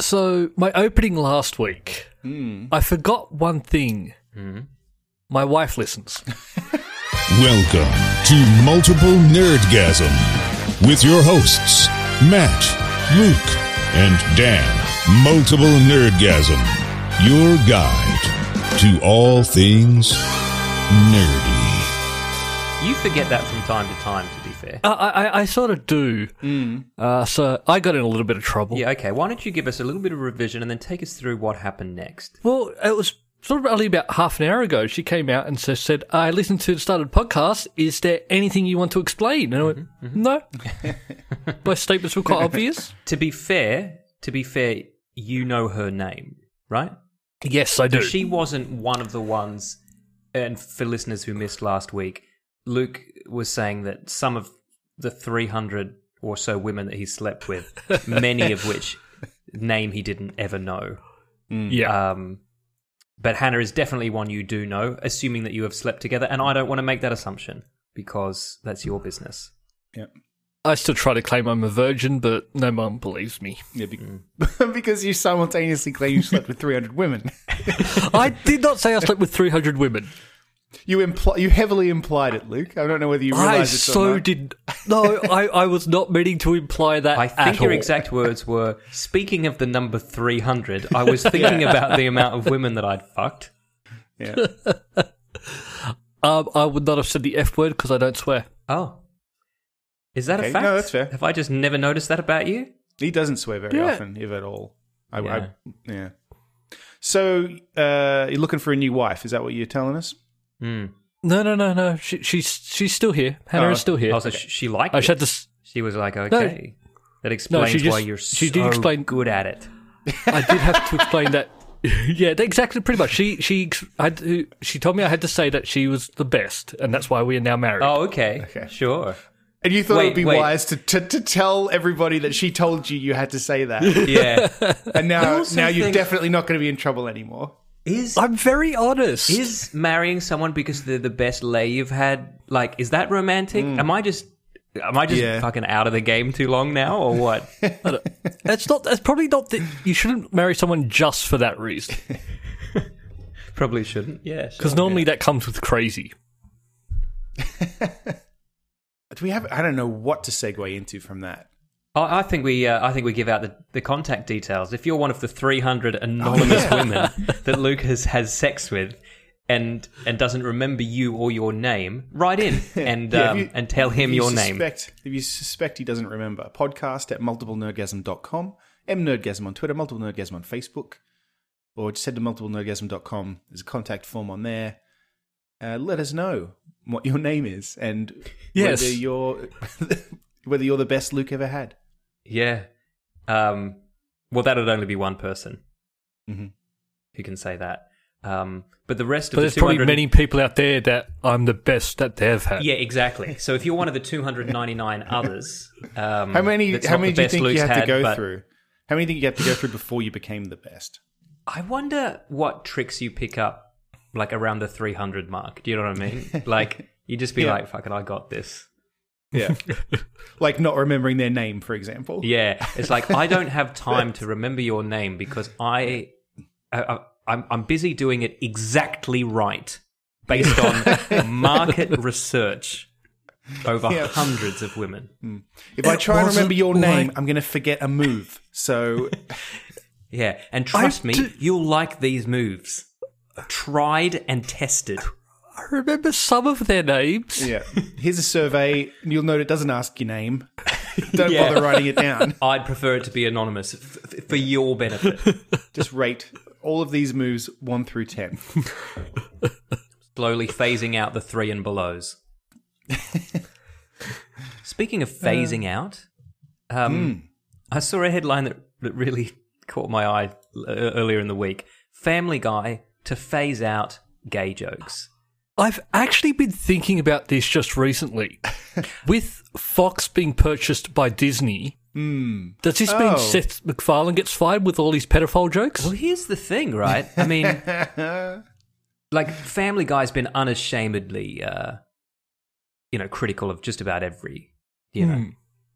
So, my opening last week, Hmm. I forgot one thing. My wife listens. Welcome to Multiple Nerdgasm with your hosts, Matt, Luke, and Dan. Multiple Nerdgasm, your guide to all things nerdy. You forget that from time to time, to be fair. I, I, I sort of do. Uh, so, I got in a little bit of trouble. Hmm. Yeah, okay. Why don't you give us a little bit of revision and then take us through what happened next? Well, it was sort of only about half an hour ago. She came out and so said, I listened to the started podcast. Is there anything you want to explain? And I went, Mm-hmm, No. my statements were quite obvious. To be fair, to be fair, you know her name, right? Yes, I do. She wasn't one of the ones, and for listeners who missed last week, Luke was saying that some of the 300 or so women that he slept with, many of which name he didn't ever know. yeah. Um, but Hannah is definitely one you do know, assuming that you have slept together. And I don't want to make that assumption because that's your business. Yeah. I still try to claim I'm a virgin, but no one believes me. Yeah, be- because you simultaneously claim you slept with 300 women. I did not say I slept with 300 women. You impl- you heavily implied it, Luke. I don't know whether you realize I it's so or not. did. No, I, I was not meaning to imply that. I at think your all. exact words were speaking of the number 300, I was thinking about the amount of women that I'd fucked. Yeah. Um, I would not have said the F word because I don't swear. Oh. Is that Okay, a fact? no, that's fair. Have I just never noticed that about you? He doesn't swear very Yeah. often, if at all. I, yeah. Yeah. I, yeah. So uh, you're looking for a new wife? Is that what you're telling us? Mm. No, no, no, no. She, she's she's still here. Hannah Oh, is still here. Also, sh she liked I it. just had to. s- she was like, okay. That explains she why just- you're she so did explain- good at it. I did have to explain that. Yeah, exactly. Pretty much. She she ex- I had to, she told me I had to say that she was the best, and that's why we are now married. Oh, okay. Sure. And you thought it would Wait, be wait. wise to, to to tell everybody that she told you you had to say that, Yeah. and I now also now you're think- definitely not going to be in trouble anymore. is I'm very honest. is marrying someone because they're the best lay you've had like is that romantic am i just am i just Mm. Yeah. fucking out of the game too long now or what That's not. That's probably not. The, you shouldn't marry someone just for that reason, probably shouldn't yeah sure. because normally that comes with crazy. Do we have? I don't know what to segue into from that. I, I think we uh, i think we give out the, the contact details if you're one of the Oh, 300 anonymous women that luke has has sex with and and doesn't remember you or your name write in and Yeah, if um, you- and tell him if you your name suspect, If you suspect he doesn't remember, podcast at multiplenerdgasm.com, mnerdgasm on Twitter, multiple nerdgasm on Facebook, or just head to multiplenerdgasm.com. There's a contact form on there. Uh, let us know what your name is and Yes. whether you're whether you're the best Luke ever had. yeah um well that'd only be one person Mhm. who can say that um but the rest of But the there's probably 200 many people out there that I'm the best that they've had. Yeah, exactly. So if you're one of the 299 others, um, How many? that's How not many the do you best think you Luke's have to had, go but through? How many do you think you have to go through before you became the best? I wonder what tricks you pick up, like around the 300 mark. Do you know what I mean? Like you just be Yeah. like, "Fucking, I got this." Yeah, like not remembering their name, for example. Yeah, it's like I don't have time to remember your name because I, I, I I'm, I'm busy doing it exactly right, based on market research over Yeah. hundreds of women. If I It try and wasn't remember your like- name, I'm going to forget a move. So Yeah, and trust me, d- you'll like these moves. Tried and tested. I remember some of their names. Yeah. Here's a survey. and You'll note it doesn't ask your name. Don't Yeah. bother writing it down. I'd prefer it to be anonymous f- f- for your benefit. Just rate all of these moves one through ten. Slowly phasing out the three and belows. Speaking of phasing out, um, I saw a headline that, that really caught my eye l- uh, earlier in the week Family Guy to phase out gay jokes. I've actually been thinking about this just recently. With Fox being purchased by Disney, Hmm. does this mean Oh. Seth MacFarlane gets fired with all these pedophile jokes? Well, here's the thing, right? I mean, like Family Guy's been unashamedly, uh, you know, critical of just about every, you know,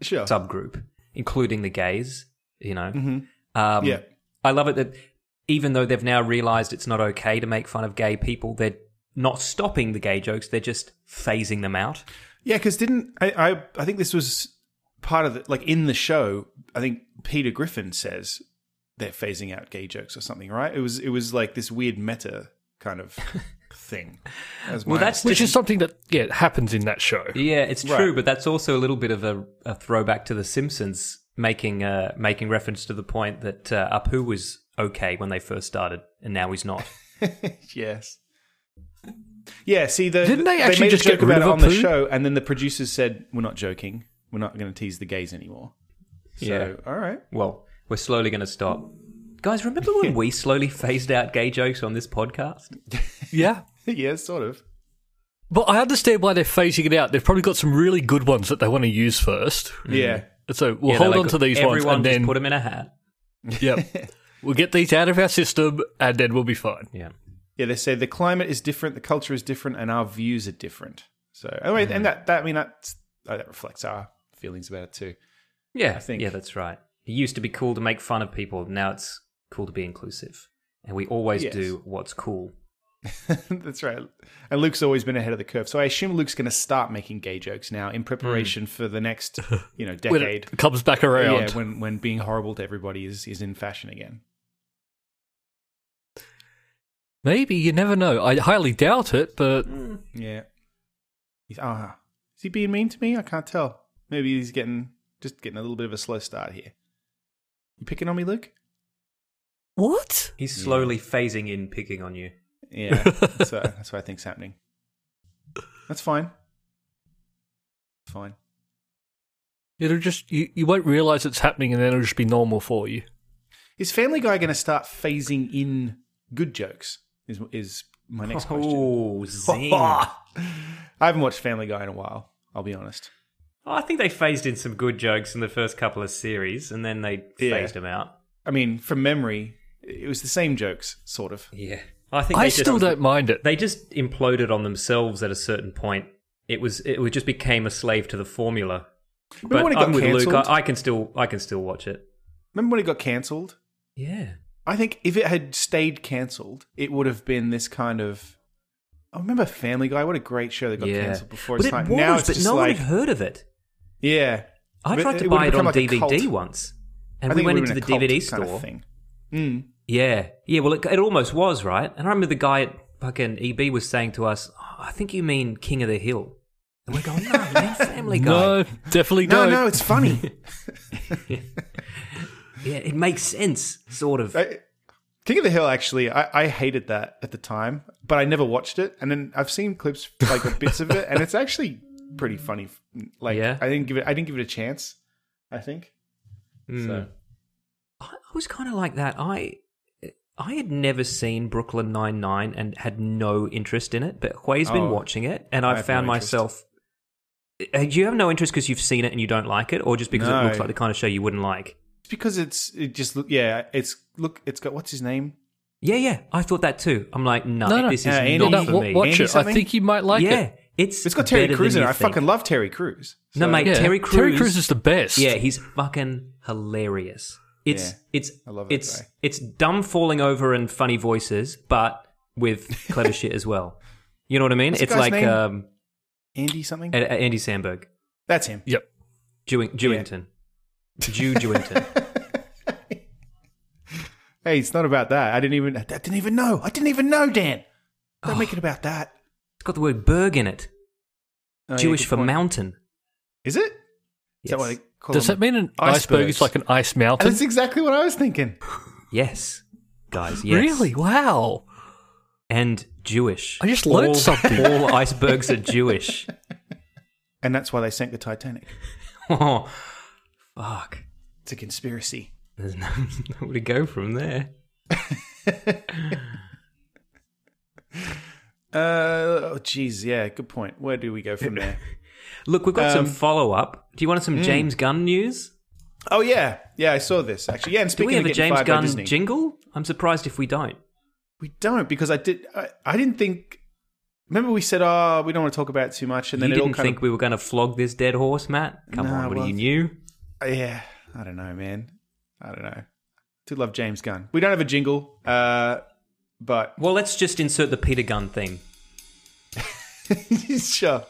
Sure. subgroup, including the gays. You know, Um, Yeah. I love it that even though they've now realized it's not okay to make fun of gay people, they're not stopping the gay jokes, they're just phasing them out. Yeah, because didn't I, I? I think this was part of the like in the show. I think Peter Griffin says they're phasing out gay jokes or something, right? It was it was like this weird meta kind of thing. As Well, my- that's Which just, is something that yeah happens in that show. yeah, it's Right. true, but that's also a little bit of a, a throwback to The Simpsons, making uh, making reference to the point that uh, Apu was okay when they first started, and now he's not. yes. Yeah, see, the, Didn't they actually made just a joke get rid about it of on the Apu? show, and then the producers said, "We're not joking. We're not going to tease the gays anymore." So, Yeah. all right. Well, we're slowly going to stop. Guys, remember when we slowly phased out gay jokes on this podcast? Yeah. yeah, sort of. But I understand why they're phasing it out. They've probably got some really good ones that they want to use first. Yeah. So we'll Yeah, they're hold like, on to these everyone ones and just then put them in a hat. yep, we'll get these out of our system and then we'll be fine. Yeah. Yeah, they say the climate is different, the culture is different, and our views are different. So, I mean, Mm-hmm. and that, that I mean that that reflects our feelings about it too. Yeah, I think. Yeah, that's right. It used to be cool to make fun of people. Now it's cool to be inclusive, and we always Yes. do what's cool. That's right. And Luke's always been ahead of the curve, so I assume Luke's going to start making gay jokes now in preparation for the next, you know, Mm. When decade. it comes back around. Yeah, when when being horrible to everybody is is in fashion again. Maybe you never know. I highly doubt it, but Yeah. He's ah, is he being mean to me? I can't tell. Maybe he's getting just getting a little bit of a slow start here. You picking on me, Luke? what? He's slowly phasing in, picking on you. Yeah, that's, what, that's what I think's happening. That's fine. Fine. It'll just you, you won't realize it's happening, and then it'll just be normal for you. Is Family Guy going to start phasing in good jokes? Is is my next question? Oh, zing! I haven't watched Family Guy in a while. I'll be honest. I think they phased in some good jokes in the first couple of series, and then they Yeah. phased them out. I mean, from memory, it was the same jokes, sort of. Yeah, I think I, they still just, don't mind it. They just imploded on themselves at a certain point. It was it was- just became a slave to the formula. Remember when it got I'm with cancelled? Luke. I, I can still I can still watch it. Remember when it got cancelled? Yeah. I think if it had stayed cancelled, it would have been this kind of. I remember Family Guy. What a great show that got cancelled before but its time. It was, now it's but just no like, one had heard of it. yeah. I But tried to would have buy it on become like a DVD cult. once, and I we think it went would've into the been a DVD cult kind of store. thing. Mm. Yeah, yeah. Well, it, it almost was right, and I remember the guy at fucking EB was saying to us, "Oh, "I think you mean King of the Hill," and we're going, "No, man, Family Guy." No, definitely No, don't. no, it's funny. Yeah, it makes sense, sort of. I, King of the Hill, actually, I, I hated that at the time, but I never watched it. And then I've seen clips, like the bits of it, and it's actually pretty funny. Like, Yeah. I didn't give it, I didn't give it a chance. I think. Mm. So. I, I was kind of like that. I I had never seen Brooklyn Nine Nine and had no interest in it, but Hui's been Oh, watching it, and I I've have found no interest. myself. Uh, Do you have no interest because you've seen it and you don't like it, or just because No. it looks like the kind of show you wouldn't like? It's because it's it just look yeah it's look it's got what's his name Yeah, yeah, I thought that too. I'm like, no, No, no. this is Yeah, Andy- No, not wa- for me. watch Andy it. I something? think you might like yeah, it. it's it's got Terry better Crews in than it you I think. fucking love Terry Crews No, mate, Yeah. Terry Crews. Terry Crews is the best. Yeah, he's fucking hilarious. It's it's I love that it's guy. it's dumb falling over and funny voices, but with clever shit as well. You know what I mean? What's the it's guy's like name? um, Andy something A- A- Andy Sandberg, that's him Yep. Jewing- Jewington, Jew Jewington. hey it's not about that I didn't even I didn't even know I didn't even know Dan don't Oh. make it about that It's got the word Berg in it. Oh, yeah, Jewish good for point. mountain. is it is that Yes. what they call Does that them? mean an iceberg Icebergs. is like an ice mountain? that's exactly what I was thinking Yes, guys. Yes. Really? Wow. And Jewish. I just learned all, something. All icebergs are Jewish. and that's why they sank the Titanic Oh, fuck. it's a conspiracy There's no, nowhere to go from there. uh oh geez yeah good point where do we go from there Look, we've got some Um, hmm. follow up. Do you want some James Gunn news? oh yeah yeah I saw this actually yeah and Do speaking we have of a getting James fired by Gunn Disney- jingle? I'm surprised if we don't. We don't because I did. I, I didn't think. Remember, we said, "Oh, we don't want to talk about it too much," and then you it all didn't kind think of. we were going to flog this dead horse, Matt? Come No, on, what well, do you knew? yeah, I don't know, man. I don't know. to love James Gunn. We don't have a jingle, uh, but Well, let's just insert the Peter Gunn theme. sure.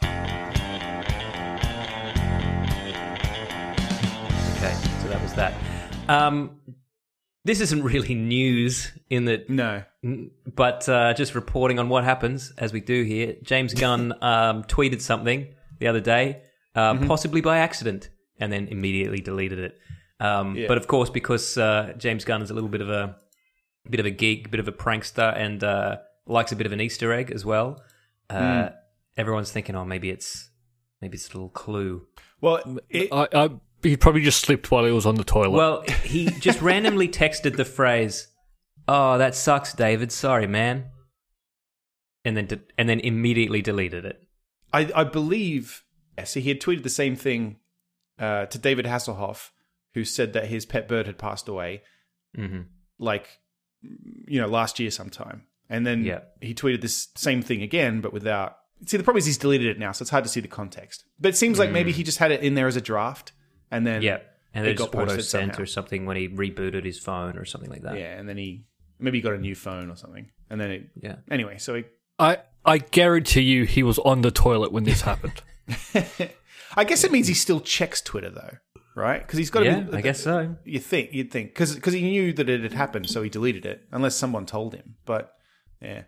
Okay, so that was that. Um, this isn't really news in that No. but uh, just reporting on what happens as we do here. James Gunn um, tweeted something the other day, uh, possibly by accident, and then immediately deleted it. Um, Yeah. But of course, because uh, James Gunn is a little bit of a bit of a geek, bit of a prankster, and uh, likes a bit of an Easter egg as well. Uh, Everyone's thinking, oh, maybe it's maybe it's a little clue. Well, it, I, I, he probably just slipped while he was on the toilet. Well, he just randomly texted the phrase, "Oh, that sucks, David. Sorry, man." And then de- and then immediately deleted it. I, I believe. So he had tweeted the same thing uh, to David Hasselhoff, who said that his pet bird had passed away, hmm like you know last year sometime. And then Yeah. he tweeted this same thing again, but without. See, the problem is he's deleted it now, so it's hard to see the context. But it seems like maybe he just had it in there as a draft, and then Mm. Yeah, and then It it got just posted auto sent somehow. or something when he rebooted his phone or something like that. yeah, and then he maybe he got a new phone or something, and then it Yeah. anyway. So he, I, I guarantee you he was on the toilet when this happened. I guess it means he still checks Twitter though, right? Because he's got to Yeah, be. I guess so. You think you'd think because he knew that it had happened, so he deleted it unless someone told him. But yeah,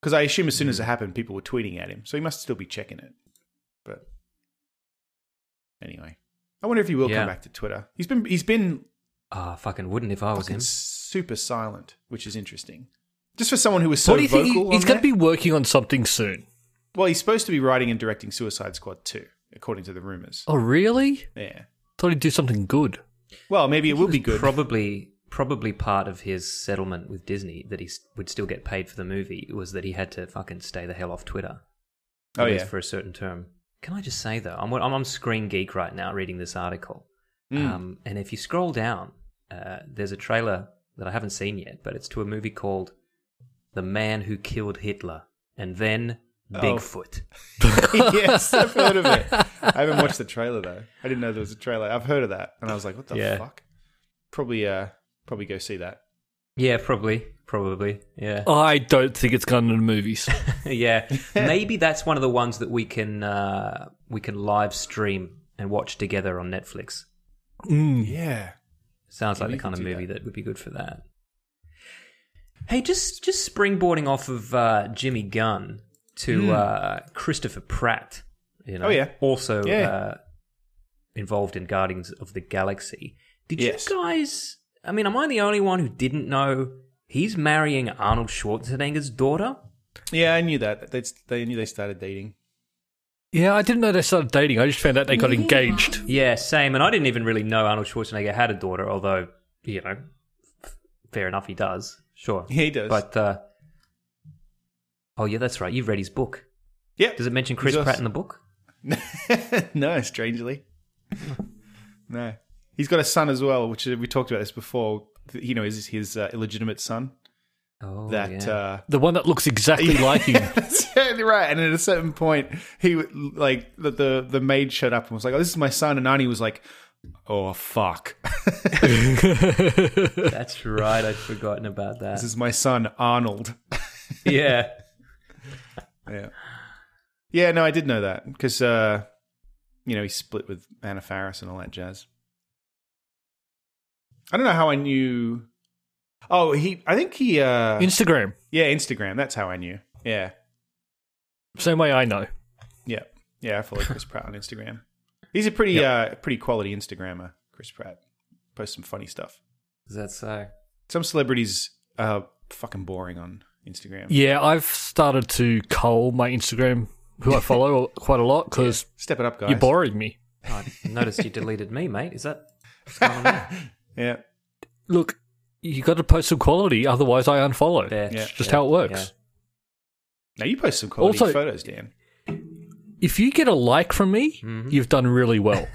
because I assume as soon as it happened, people were tweeting at him, so he must still be checking it. But anyway, I wonder if he will Yeah. come back to Twitter. He's been he's been Ah, fucking wouldn't if I was fucking him. super silent, which is interesting. Just for someone who was so what do you vocal, think? He, on he's going that- to be working on something soon. well. He's supposed to be writing and directing Suicide Squad 2, according to the rumors. Oh, really? Yeah. Thought he'd do something good. Well, maybe it will be good. Probably, probably part of his settlement with Disney that he s- would still get paid for the movie was that he had to fucking stay the hell off Twitter. oh at least yeah. for a certain term. Can I just say though, I'm I'm on Screen Geek right now reading this article, Hmm. um, and if you scroll down, uh, there's a trailer that I haven't seen yet, but it's to a movie called "The Man Who Killed Hitler" and then Oh. Bigfoot. yes, I've heard of it. I haven't watched the trailer though. I didn't know there was a trailer. I've heard of that, and I was like, "What the Yeah. fuck?" Probably, uh, probably go see that. Yeah, probably, probably, yeah, I don't think it's going to the movies. yeah. Maybe that's one of the ones that we can uh, we can live stream and watch together on Netflix. Mm. Yeah, Sounds like we the kind of can do movie that. would be good for that. Hey, just just springboarding off of uh, Jimmy Gunn to uh, Christopher Pratt. You know, Hmm. Oh, yeah. also Yeah. Uh, involved in Guardians of the Galaxy. Did Yes. you guys? I mean, am I the only one who didn't know he's marrying Arnold Schwarzenegger's daughter? yeah, I knew that. They, they knew they started dating. Yeah, I didn't know they started dating. I just found out they got engaged. Yeah, same. And I didn't even really know Arnold Schwarzenegger had a daughter, although you know, f- fair enough, he does. Sure, Yeah, he does. But uh, oh yeah, that's right. You've read his book. Yep. Does it mention Chris He's Pratt us. in the book? no, strangely, no. He's got a son as well, which uh, we talked about this before. th- You know, is his uh, illegitimate son Oh that yeah. uh, The one that looks exactly like him. Certainly right. And at a certain point, he would- like the, the the maid showed up and was like, "Oh, this is my son," and Arnie was like, "Oh fuck, that's right. I'd forgotten about this that. is my son Arnold." yeah. Yeah, yeah. No, I did know that because uh, you know he split with Anna Faris and all that jazz. I don't know how I knew. Oh, he. I think he. Uh, Instagram. yeah, Instagram. That's how I knew. Yeah, Same way I know. yeah, yeah. I follow Chris Pratt on Instagram. He's a pretty, uh, pretty quality Instagrammer. Chris Pratt posts some funny stuff. Is that so? Some celebrities are fucking boring on Instagram. Yeah, I've started to cull my Instagram, who I follow quite a lot, because Step it up, guys. you're boring me. Oh, I noticed you deleted me, mate. Is that? what's going on there? Yeah. Look, you got to post some quality, otherwise I unfollow. There. Yeah. Just how it works. Now you post some quality Also- photos, Dan. If you get a like from me, Mm-hmm. you've done really well.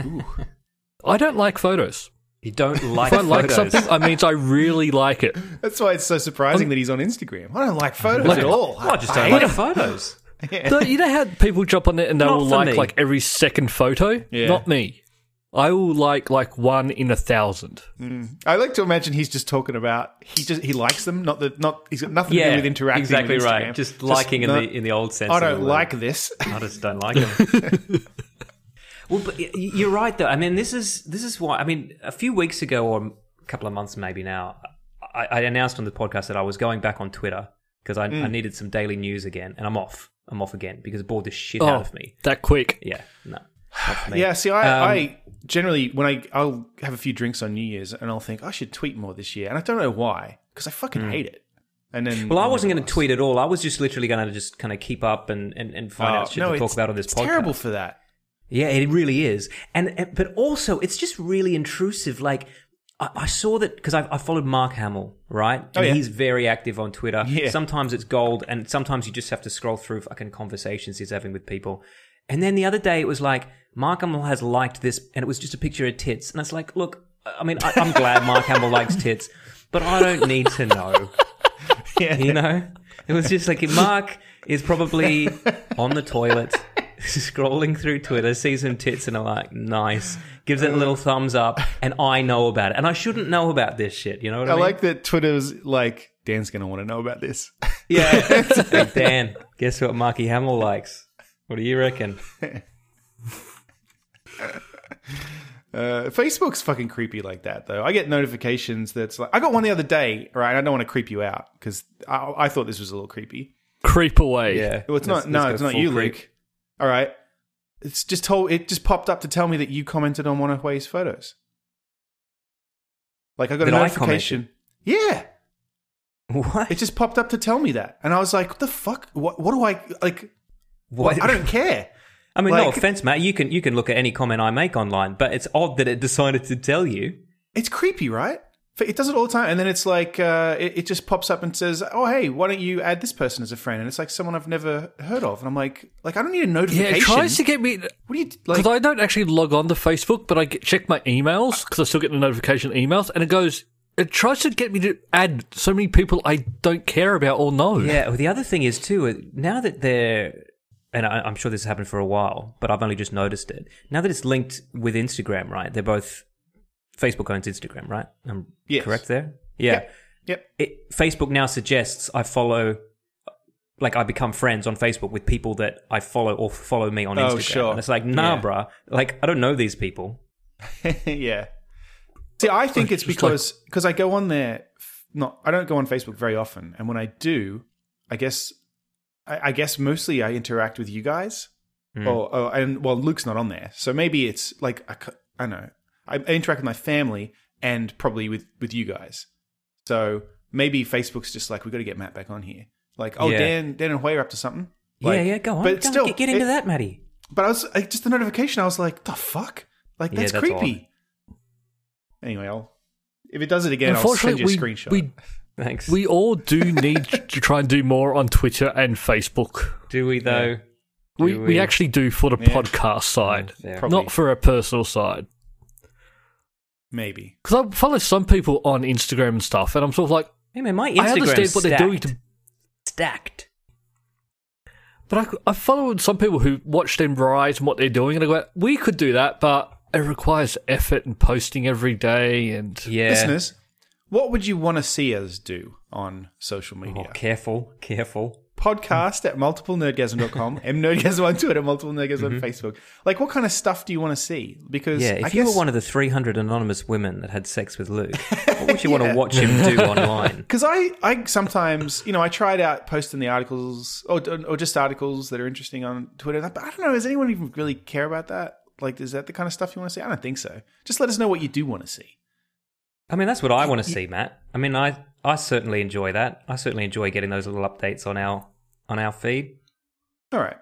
I don't like photos. You don't like If I like photos. something, that means I really like it. That's why it's so surprising that he's on Instagram. I don't like photos Like- at all. Oh, I just hate don't like them. photos. So, you know how people jump on it and they Not will for like me. like every second photo? Yeah. Not me. I will like like one in a thousand. I like to imagine he's just talking about he just he likes them, not that not he's got nothing to do with interacting. with exactly Instagram. right. Just, liking in no, the in the old sense. I of the don't word. like this. I just don't like them. well, but y- you're right though. I mean, this is this is why. I mean, a few weeks ago or a couple of months maybe now, I, I announced on the podcast that I was going back on Twitter because I, Mm. I needed some daily news again, and I'm off. I'm off again because it bored the shit out of me. that quick. Yeah, no, not for me. Oh. Um, Yeah, see, I, I generally when I I'll have a few drinks on New Year's and I'll think I should tweet more this year, and I don't know why because I fucking hate it. And then Hmm. Well, I wasn't going to tweet at all. I was just literally going to just kind of keep up and, and, and find out shit to talk Oh, it's- about on this it's podcast. Terrible for that. Yeah, it really is. And and- but also, it's just really intrusive. Like I, I saw that because I, I followed Mark Hamill, right? And Oh, yeah. he's very active on Twitter. Yeah. Sometimes it's gold, and sometimes you just have to scroll through fucking conversations he's having with people. And then the other day, it was like Mark Hamill has liked this, and it was just a picture of tits. And it's like, look, I mean, I, I'm glad Mark Hamill likes tits, but I don't need to know. Yeah. You know, it was just like Mark is probably on the toilet, scrolling through Twitter, sees some tits, and I'm like, nice. Gives it a little thumbs up, and I know about it, and I shouldn't know about this shit. You know what I, I mean? like that Twitter's like Dan's going to want to know about this. yeah. Hey, Dan, guess what Marky Hamill likes? What do you reckon? Uh, Facebook's fucking creepy like that, though. I get notifications that's like, I got one the other day, right? I don't want to creep you out because I, I thought this was a little creepy. Creep away. Well, it's Let's- not. No, let's go it's not full you, creep. Luke. All right. It's just told. It just popped up to tell me that you commented on one of Huey's photos. Like I got That a I notification. yeah, What? it just popped up to tell me that, and I was like, "What the fuck? What? What do I like? What? I don't care." I mean, no like- offense, Matt. You can you can look at any comment I make online, but it's odd that it decided to tell you. It's creepy, right? F- It does it all the time, and then it's like uh, it, it just pops up and says, "Oh, hey, why don't you add this person as a friend?" And it's like someone I've never heard of, and I'm like, "Like I don't need a Yeah, notification." it tries to get me what do you because like? I don't actually log on to Facebook, but I get, check my emails because I still get the notification emails, and it goes. It tries to get me to add so many people I don't care about or know. Yeah. Well, the other thing is too. uh, Now that they're, and I, I'm sure this has happened for a while, but I've only just noticed it. Now that it's linked with Instagram, right? They're both Facebook owns Instagram, right? I'm Yes. correct there. Yeah. Yep. Yep. It, Facebook now suggests I follow, like I become friends on Facebook with people that I follow or follow me on Oh, Instagram. sure. And it's like, nah, Yeah. bruh. Like I don't know these people. yeah. See, I think it's It's just because because I go on there. f- Not, I don't go on Facebook very often, and when I do, I guess, I, I guess mostly I interact with you guys. Hmm. Or, oh, and well, Luke's not on there, so maybe it's like I, c- I don't know. I I interact with my family and probably with with you guys. So maybe Facebook's just like we got to get Matt back on here. Like, oh, Yeah. Dan, Dan and Hoy are up to something. yeah, Like, yeah. Go on. but go still, on, get, get into it- that, Maddie. but I was I, just the notification. I was like, the fuck, like Yeah, that's, that's creepy. Anyway, I'll if it does it again, I'll Unfortunately, send you a we, screenshot. we Thanks. we all do need to try and do more on Twitter and Facebook. do we though? We, Do we we? actually do for the Yeah. podcast side, Fair. Probably. not for our personal side. Maybe Because I follow some people on Instagram and stuff, and I'm sort of like, Hey man, I my understand Instagram's what they're doing stacked. to stacked. But I, I followed some people who watch them rise and what they're doing, and I go, we could do that, but it requires effort and posting every day. And Yeah. listeners, what would you want to see us do on social media? Oh, careful, careful. Podcast at multiplenerdgasm.com, mnerdgasm on Twitter, multiple nerdgasm on Facebook. Like, what kind of stuff do you want to see? Because Mm-hmm. Yeah, if I you guess, were one of the 300 anonymous women that had sex with Luke, what would you want to watch him do online? Because I, I sometimes, you know, I tried out posting the articles or, or just articles that are interesting on Twitter. But I don't know, does anyone even really care about that? Like, is that the kind of stuff you want to see? I don't think so. Just let us know what you do want to see. I mean, that's what I want to see, Matt. I mean, I I certainly enjoy that. I certainly enjoy getting those little updates on our on our feed. All right.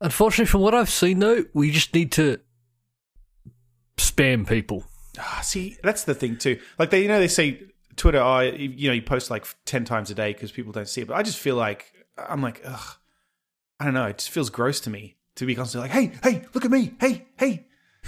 unfortunately, from what I've seen, though, we just need to spam people. Ah, see, that's the thing too. Like they, you know, they say Twitter, oh, you you know, you post like ten times a day because people don't see it. But I just feel like I'm like, ugh, I don't know. It just feels gross to me to be constantly like, hey, hey, look at me, hey, hey.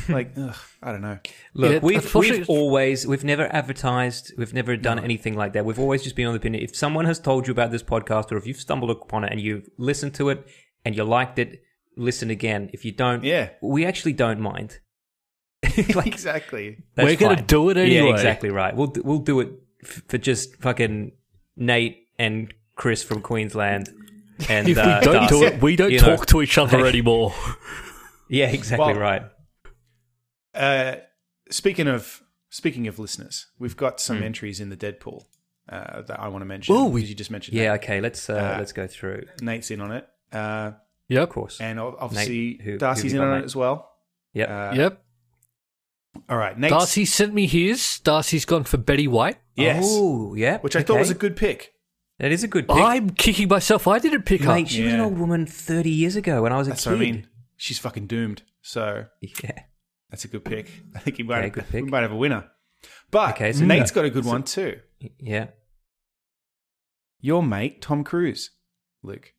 Like, ugh, I don't know. Look, Yeah, we've, unfortunately- we've always, we've never advertised, we've never done anything like that. We've always just been on the opinion. If someone has told you about this podcast or if you've stumbled upon it and you've listened to it and you liked it, listen again. If you don't, Yeah. we actually don't mind. like, exactly. that's We're gonna fine. do it anyway. Yeah, exactly right. We'll d- we'll do it f- for just fucking Nate and Chris from Queensland. And If we uh, don't do Darcy, it, we don't you know. talk to each other anymore. Yeah, exactly Well- right. Uh, speaking of speaking of listeners, we've got some entries in the Deadpool uh, that I want to mention. Oh, we- 'cause you just mentioned. Yeah, okay. Let's uh, Uh, let's go through. Nate. Nate's in on it, uh, Yep. Of course. and ob- obviously who- who Darcy's we got, in on Nate? it as well. Yep. Uh, Yep. All right, Nate's, Darcy sent me his. Darcy's gone for Betty White. Yes, Oh, yeah. which I thought was a okay. good pick. That is a good pick. I'm kicking myself. I didn't pick up. Mate, she was an Yeah. old woman 30 years ago when I was a That's kid. what I mean. She's fucking doomed. So Yeah. that's a good pick. I think he might Okay, have, good pick. we might have a winner. But Okay, Nate's so- got a good one too. Yeah. Your mate Tom Cruise, Luke,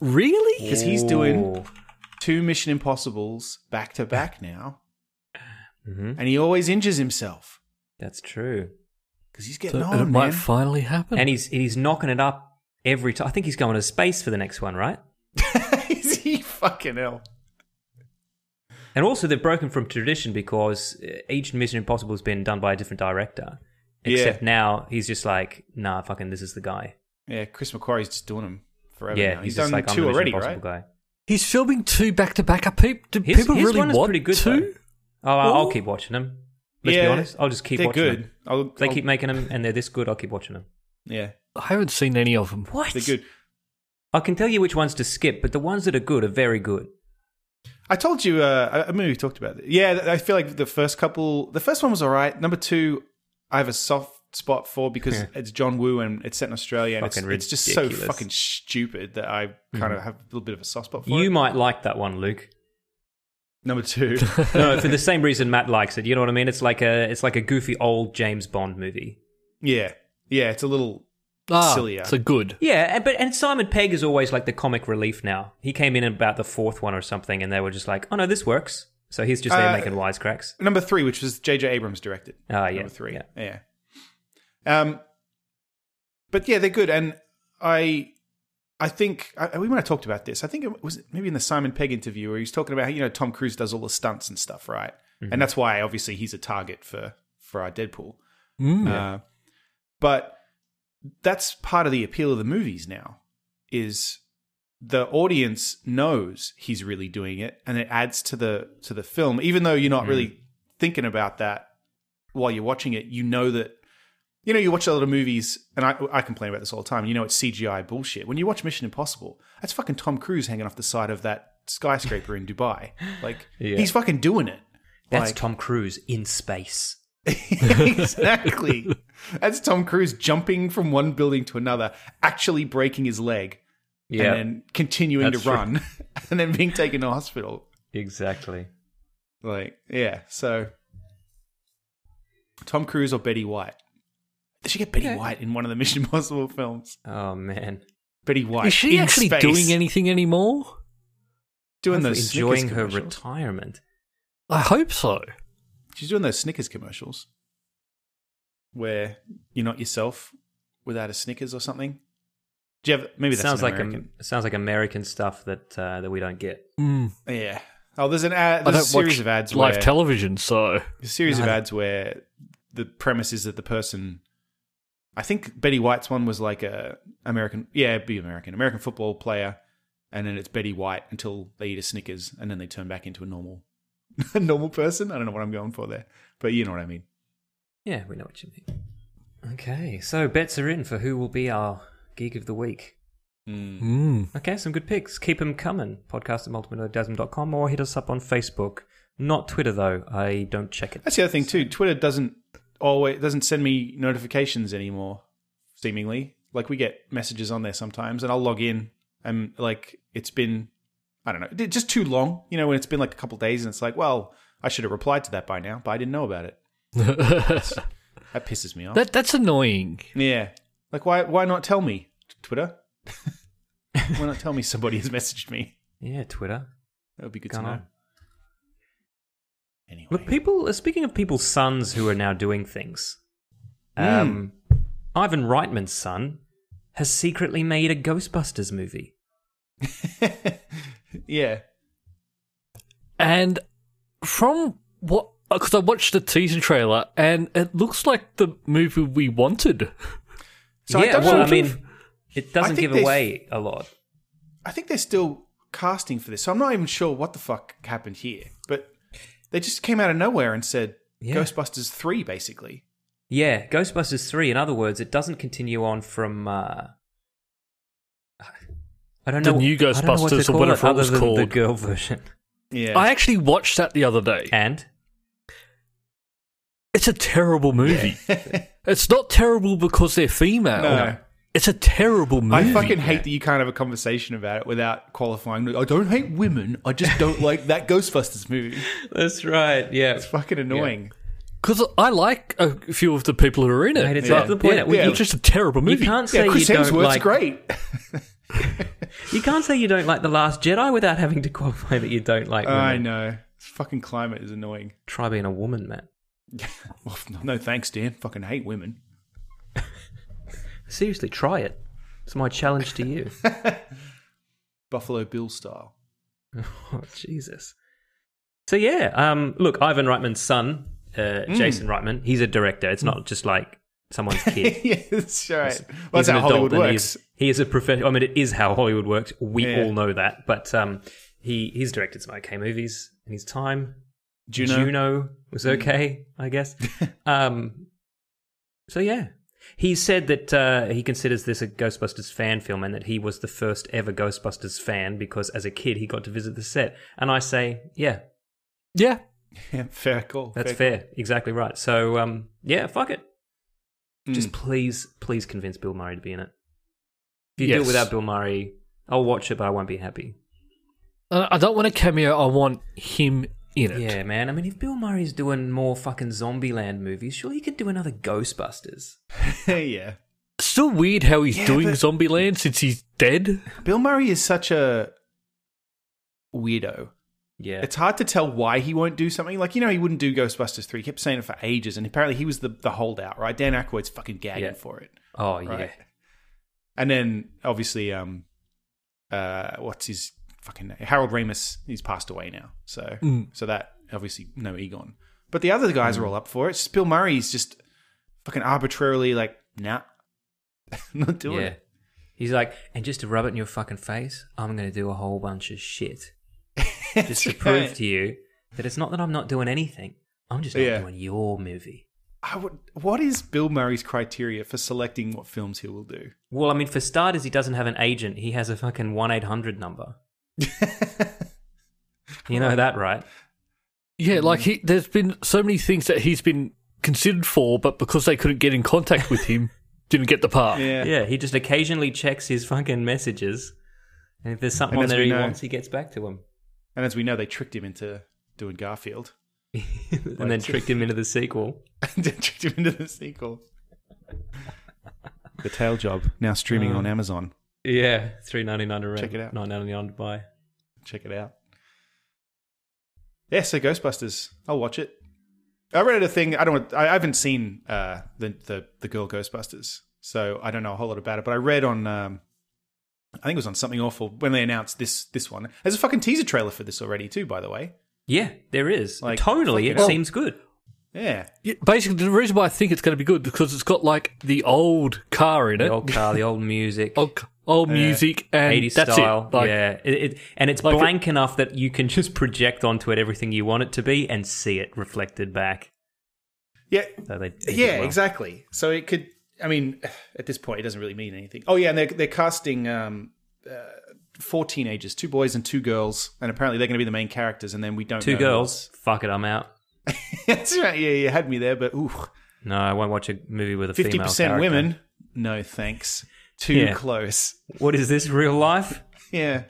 Really? because he's doing Ooh. two Mission Impossible's back to back now, Mhm. and he always injures himself That's true. because he's So- getting and on, it might man. finally happen. And he's and he's knocking it up every time. I think he's going to space for the next one, right? Is he fucking hell? And also, they've broken from tradition because uh, each Mission Impossible has been done by a different director. Yeah. Except now he's just like, nah, fucking, this is the guy. Yeah, Chris McQuarrie's just doing them forever. yeah, now. he's, he's, just done like, I'm two the Mission already, right? Impossible guy. He's filming two back to back. Are peop- Do His, people his really one is want pretty good. two? Though. Oh, I'll, I'll Ooh. keep watching them. Let's be Yeah, honest. I'll just keep They're watching good. them. I'll, If they I'll- keep making them and they're this good, I'll keep watching them. Yeah, I haven't seen any of them. What? they're good. I can tell you which ones to skip, but the ones that are good are very good. I told you. Uh, I I mean, we talked about it. Yeah, th- I feel like the first couple. The first one was all right. Number two, I have a soft spot for because Yeah. it's John Woo and it's set in Australia and it's, Fucking it's just so ridiculous. Mm-hmm. fucking stupid that I kind of have a little bit of a soft spot for You it. might like that one, Luke. Number two. No, for the same reason Matt likes it. You know what I mean? It's like a it's like a goofy old James Bond movie. yeah, yeah, it's a little. Ah, Sillier. so good. Yeah, and, but and Simon Pegg is always like the comic relief now. He came in about the fourth one or something, and they were just like, "Oh no, this works." So he's just there Uh, making wisecracks. Number three, which was J.J. Abrams directed. Ah, yeah, number three. yeah. Yeah. Um, but yeah, they're good, and I, I think I, we might have talked about this. I think it was maybe in the Simon Pegg interview where he was talking about how you know Tom Cruise does all the stunts and stuff, right? Mm-hmm. And that's why obviously he's a target for for our Deadpool. Mm. Uh, but that's part of the appeal of the movies now is the audience knows he's really doing it and it adds to the to the film even though you're not really thinking about that while you're watching it you know that you know you watch a lot of movies and I, I complain about this all the time you know it's cgi bullshit when you watch mission impossible that's fucking tom cruise hanging off the side of that skyscraper in dubai like Yeah. he's fucking doing it That's like- Tom Cruise in space. exactly. That's Tom Cruise jumping from one building to another, actually breaking his leg, Yeah, and then continuing That's to true. run, and then being taken to hospital. exactly. Like, yeah. So, Tom Cruise or Betty White? They should get Betty Okay. White in one of the Mission Impossible films. Oh man, Betty White. Is she in actually space, doing anything anymore? Doing I was those enjoying Snickers her commercials. retirement. I hope so. She's doing those Snickers commercials, where you're not yourself without a Snickers or something. Do you have maybe that's sounds an like American. Am- sounds like American stuff that uh, that we don't get. Mm. Yeah. Oh, there's an ad. I There's don't a series watch of ads. live where, television, so a series of No. ads where the premise is that the person. I think Betty White's one was like a American. Yeah, it'd be American, American football player, and then it's Betty White until they eat a Snickers, and then they turn back into a normal, a normal person. I don't know what I'm going for there, but you know what I mean. Yeah, we know what you mean. Okay, so bets are in for who will be our geek of the week. mm. Okay, some good picks. Keep them coming. Podcast at multimedia.com or hit us up on Facebook. Not Twitter, though. I don't check it. That's the other thing too. Twitter doesn't always doesn't send me notifications anymore. Seemingly, like we get messages on there sometimes, and I'll log in and like it's been, I don't know, it's just too long. You know, when it's been like a couple days, and it's like, well, I should have replied to that by now, but I didn't know about it. That pisses me off. that that's annoying. yeah, like why why not tell me, Twitter? why not tell me somebody has messaged me? Yeah, Twitter. That would be good Gone to know. on. Anyway, But people, uh, speaking of people's sons who are now doing things, Hmm. um, Ivan Reitman's son has secretly made a Ghostbusters movie. yeah, And from what? Because I watched the teaser trailer and it looks like the movie we wanted. So I yeah, don't well, know I if- mean, it I doesn't think give they- away a lot. I think they're still casting for this, so I'm not even sure what the fuck happened here. But they just came out of nowhere and said Yeah. Ghostbusters three, basically. Yeah, Ghostbusters 3, in other words, it doesn't continue on from. Uh, I don't The know. new I don't know what to Ghostbusters or call whatever it other was than The called. girl version. Yeah, I actually watched that the other day. And? It's a terrible movie. it's not terrible because they're female. No. It's a terrible movie. I fucking hate that you can't have a conversation about it without qualifying. I don't hate women. I just don't like that Ghostbusters movie. That's right, yeah. It's fucking annoying. because I like a few of the people who are in Mate, it. it's but up to the point that we- It's just a terrible You movie. can't Yeah, say you Chris don't Hemsworth's like great. you can't say you don't like the Last Jedi without having to qualify that you don't like. I women. know. This fucking climate is annoying. Try being a woman, man. Well, no thanks, Dan. Fucking hate women. Seriously, try it. It's my challenge to you. Buffalo Bill style. Oh, Jesus. So yeah, um, look, Ivan Reitman's son, uh, Hmm. Jason Reitman, he's a director. It's not just like someone's kid. yes, right. Well, He's that's how an adult Hollywood and he works. is- He is a professional. I mean, it is how Hollywood works. We Yeah. all know that. But um, he he's directed some okay movies in his time. Juno. Mm. Juno was okay, I guess. um, so yeah, he said that uh, he considers this a Ghostbusters fan film and that he was the first ever Ghostbusters fan because as a kid he got to visit the set. And I say, yeah, yeah, Yeah, fair call. that's call. fair, exactly right. So um, yeah, fuck it. Hmm. Just please, please convince Bill Murray to be in it. If you do Yes. it without Bill Murray, I'll watch it, but I won't be happy. Uh, I don't want a cameo. I want him in it. Yeah, man. I mean, if Bill Murray's doing more fucking Zombieland movies, surely he could do another Ghostbusters. yeah. Still weird how he's Yeah, doing but- Zombieland since he's dead. Bill Murray is such a weirdo. Yeah. It's hard to tell why he won't do something. Like, you know, he wouldn't do Ghostbusters 3. He kept saying it for ages, and apparently he was the, the holdout, right? Dan Aykroyd's fucking gagging Yeah. for it. oh Right. And then, obviously, um, uh, what's his fucking name? Harold Ramis, he's passed away now. So, Mm. so that, obviously, no Egon. But the other guys are all up for it. It's just Bill Murray's just fucking arbitrarily like, nah, not yeah. doing Yeah. it. He's like, and just to rub it in your fucking face, I'm going to do a whole bunch of shit just to prove to you that it's not that I'm not doing anything. I'm just not Yeah. doing your movie. I would. What is Bill Murray's criteria for selecting what films he will do? Well, I mean, for starters, he doesn't have an agent. He has a fucking 1 800 number. You know that, right? Yeah, like he, there's been so many things that he's been considered for, but because they couldn't get in contact with him, didn't get the part. yeah. Yeah, he just occasionally checks his fucking messages. And if there's something on And as there we he know- wants, he gets back to him. And as we know, they tricked him into doing Garfield and then tricked him into the sequel. and then tricked him into the sequel. the Tail Job now streaming on Amazon. Yeah, three ninety nine to rent. Check it out. Nine ninety nine to buy. Check it out. Yeah, so Ghostbusters. I'll watch it. I read a thing. I don't. want- I I haven't seen uh, the the the girl Ghostbusters, so I don't know a whole lot about it. But I read on, um, I think it was on something awful when they announced this this one. There's a fucking teaser trailer for this already too, by the way. Yeah, there is. Like, totally, fuck it it. seems good. Yeah, Yeah, Basically, the reason why I think it's going to be good because it's got like the old car in The it, old car, the old music, old, old music, and 80s that's style. it. Like, yeah, it, it, and it's Like it- blank enough that you can just project onto it everything you want it to be and see it reflected back. yeah, So they, they did yeah, well. exactly. So it could. I mean, at this point, it doesn't really mean anything. Oh yeah, and they're they're casting um, uh, four teenagers, two boys and two girls, and apparently they're going to be the main characters. And then we don't Two know who girls. Fuck it, I'm out. That's right. Yeah, you had me there, but ooh, No, I won't watch a movie with a fifty female percent character. women. No thanks. Too Yeah. close. What is this real life? Yeah.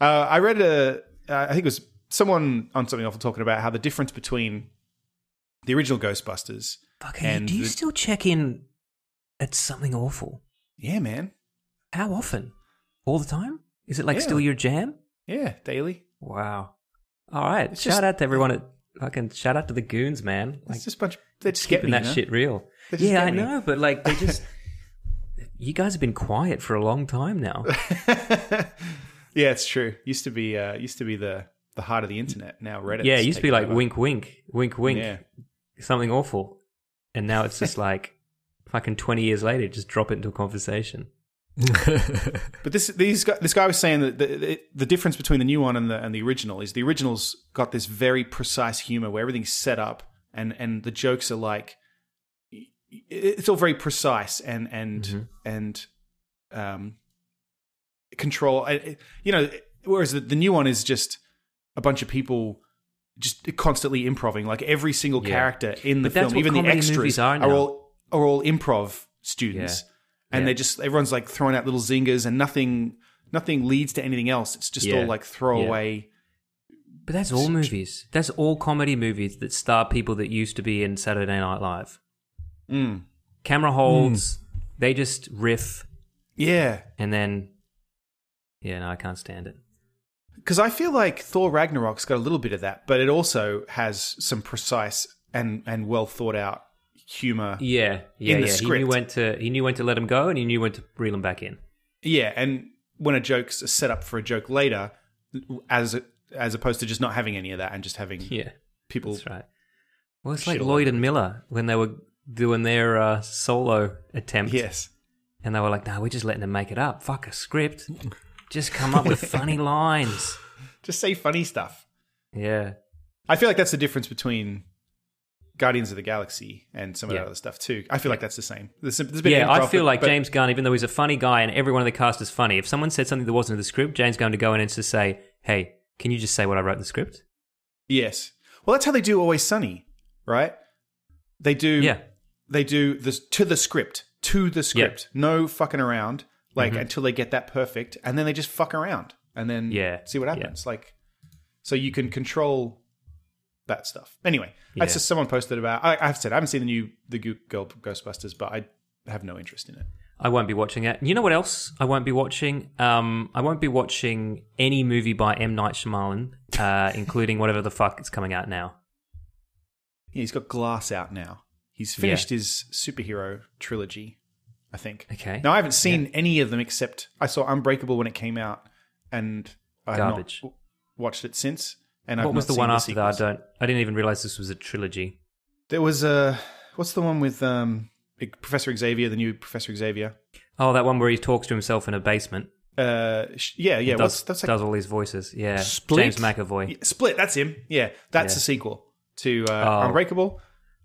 Uh, I read a. Uh, I think it was someone on something awful talking about how the difference between the original Ghostbusters. Fucking, And do you the- still check in at something awful? Yeah, man. How often? All the time? Is it like Yeah. still your jam? Yeah, daily. Wow. All right. It's shout just- out to everyone at fucking shout out to the goons, man. It's Like just a bunch. They just get keeping me. that you know? shit real. They just Yeah, get I me. know, but like they just you guys have been quiet for a long time now. yeah, it's true. Used to be. Uh, used to be the the heart of the internet now. Reddit. yeah, it used to be like wink, wink, wink, wink, Yeah. something awful, and now it's just like fucking twenty years later, just drop it into a conversation. But this these guy, this guy was saying that the, the, the difference between the new one and the and the original is the original's got this very precise humor where everything's set up and and the jokes are like i- i- it's all very precise and and Mm-hmm. and um control I- I- you know whereas the, the new one is just a bunch of people just constantly improving like every single Yeah. character in the But that's film what even the comedy extras movies are are, now. all are all improv students Yeah. and Yeah. they just everyone's like throwing out little zingers and nothing nothing leads to anything else it's just Yeah. all like throwaway But that's all movies. That's all comedy movies that star people that used to be in Saturday Night Live. Mm. Camera holds. They just riff, yeah and then yeah, no, I can't stand it. because i feel like thor ragnarok's got a little bit of that but it also has some precise and and well thought out humor Yeah, yeah, In the yeah. He script. knew when to he knew when to let him go, and he knew when to reel him back in. yeah and when a joke's set up for a joke later as as opposed to just not having any of that and just having Yeah, people that's right. Well, it's like Shit all Lloyd and Miller when they were doing their uh, solo attempt. yes and they were like, "No, we're just letting them make it up. Fuck a script. Just come up with funny lines." just say funny stuff Yeah, I feel like that's the difference between Guardians of the Galaxy and some of Yeah. that other stuff too. I feel like that's the same. There's, there's been yeah. I improv, feel but- like but- James Gunn, even though he's a funny guy and everyone in the cast is funny, if someone said something that wasn't in the script, James Gunn to go in and to say, "Hey, can you just say what I wrote in the script?" Yes. Well, that's how they do Always Sunny, right? They do. Yeah. They do this to the script, to the script. No fucking around. Like Mm-hmm. until they get that perfect, and then they just fuck around, and then Yeah. see what Yeah. happens. Like, so you can control that stuff. Anyway, that's Yeah. just someone posted about. I, I've said I haven't seen the new the Goo- Girl Ghostbusters, but I have no interest in it. I won't be watching it. You know what else I won't be watching? Um, I won't be watching any movie by M. Night Shyamalan, uh, including whatever the fuck is coming out now. Yeah, he's got Glass out now. He's finished his superhero trilogy, I think. Okay. Now I haven't seen any of them except I saw Unbreakable when it came out, and I have not Garbage. w- watched it since. And I've What was not the seen one after sequels. that? I don't. I didn't even realize this was a trilogy. There was a what's the one with um, Professor Xavier, the new Professor Xavier? Oh, that one where he talks to himself in a basement. Uh, sh- yeah, yeah. does, what's, that's Oh, like does all these voices. Yeah, Split? James McAvoy. Yeah, Split. That's him. Yeah, that's Yeah. a sequel to uh, Oh. Unbreakable.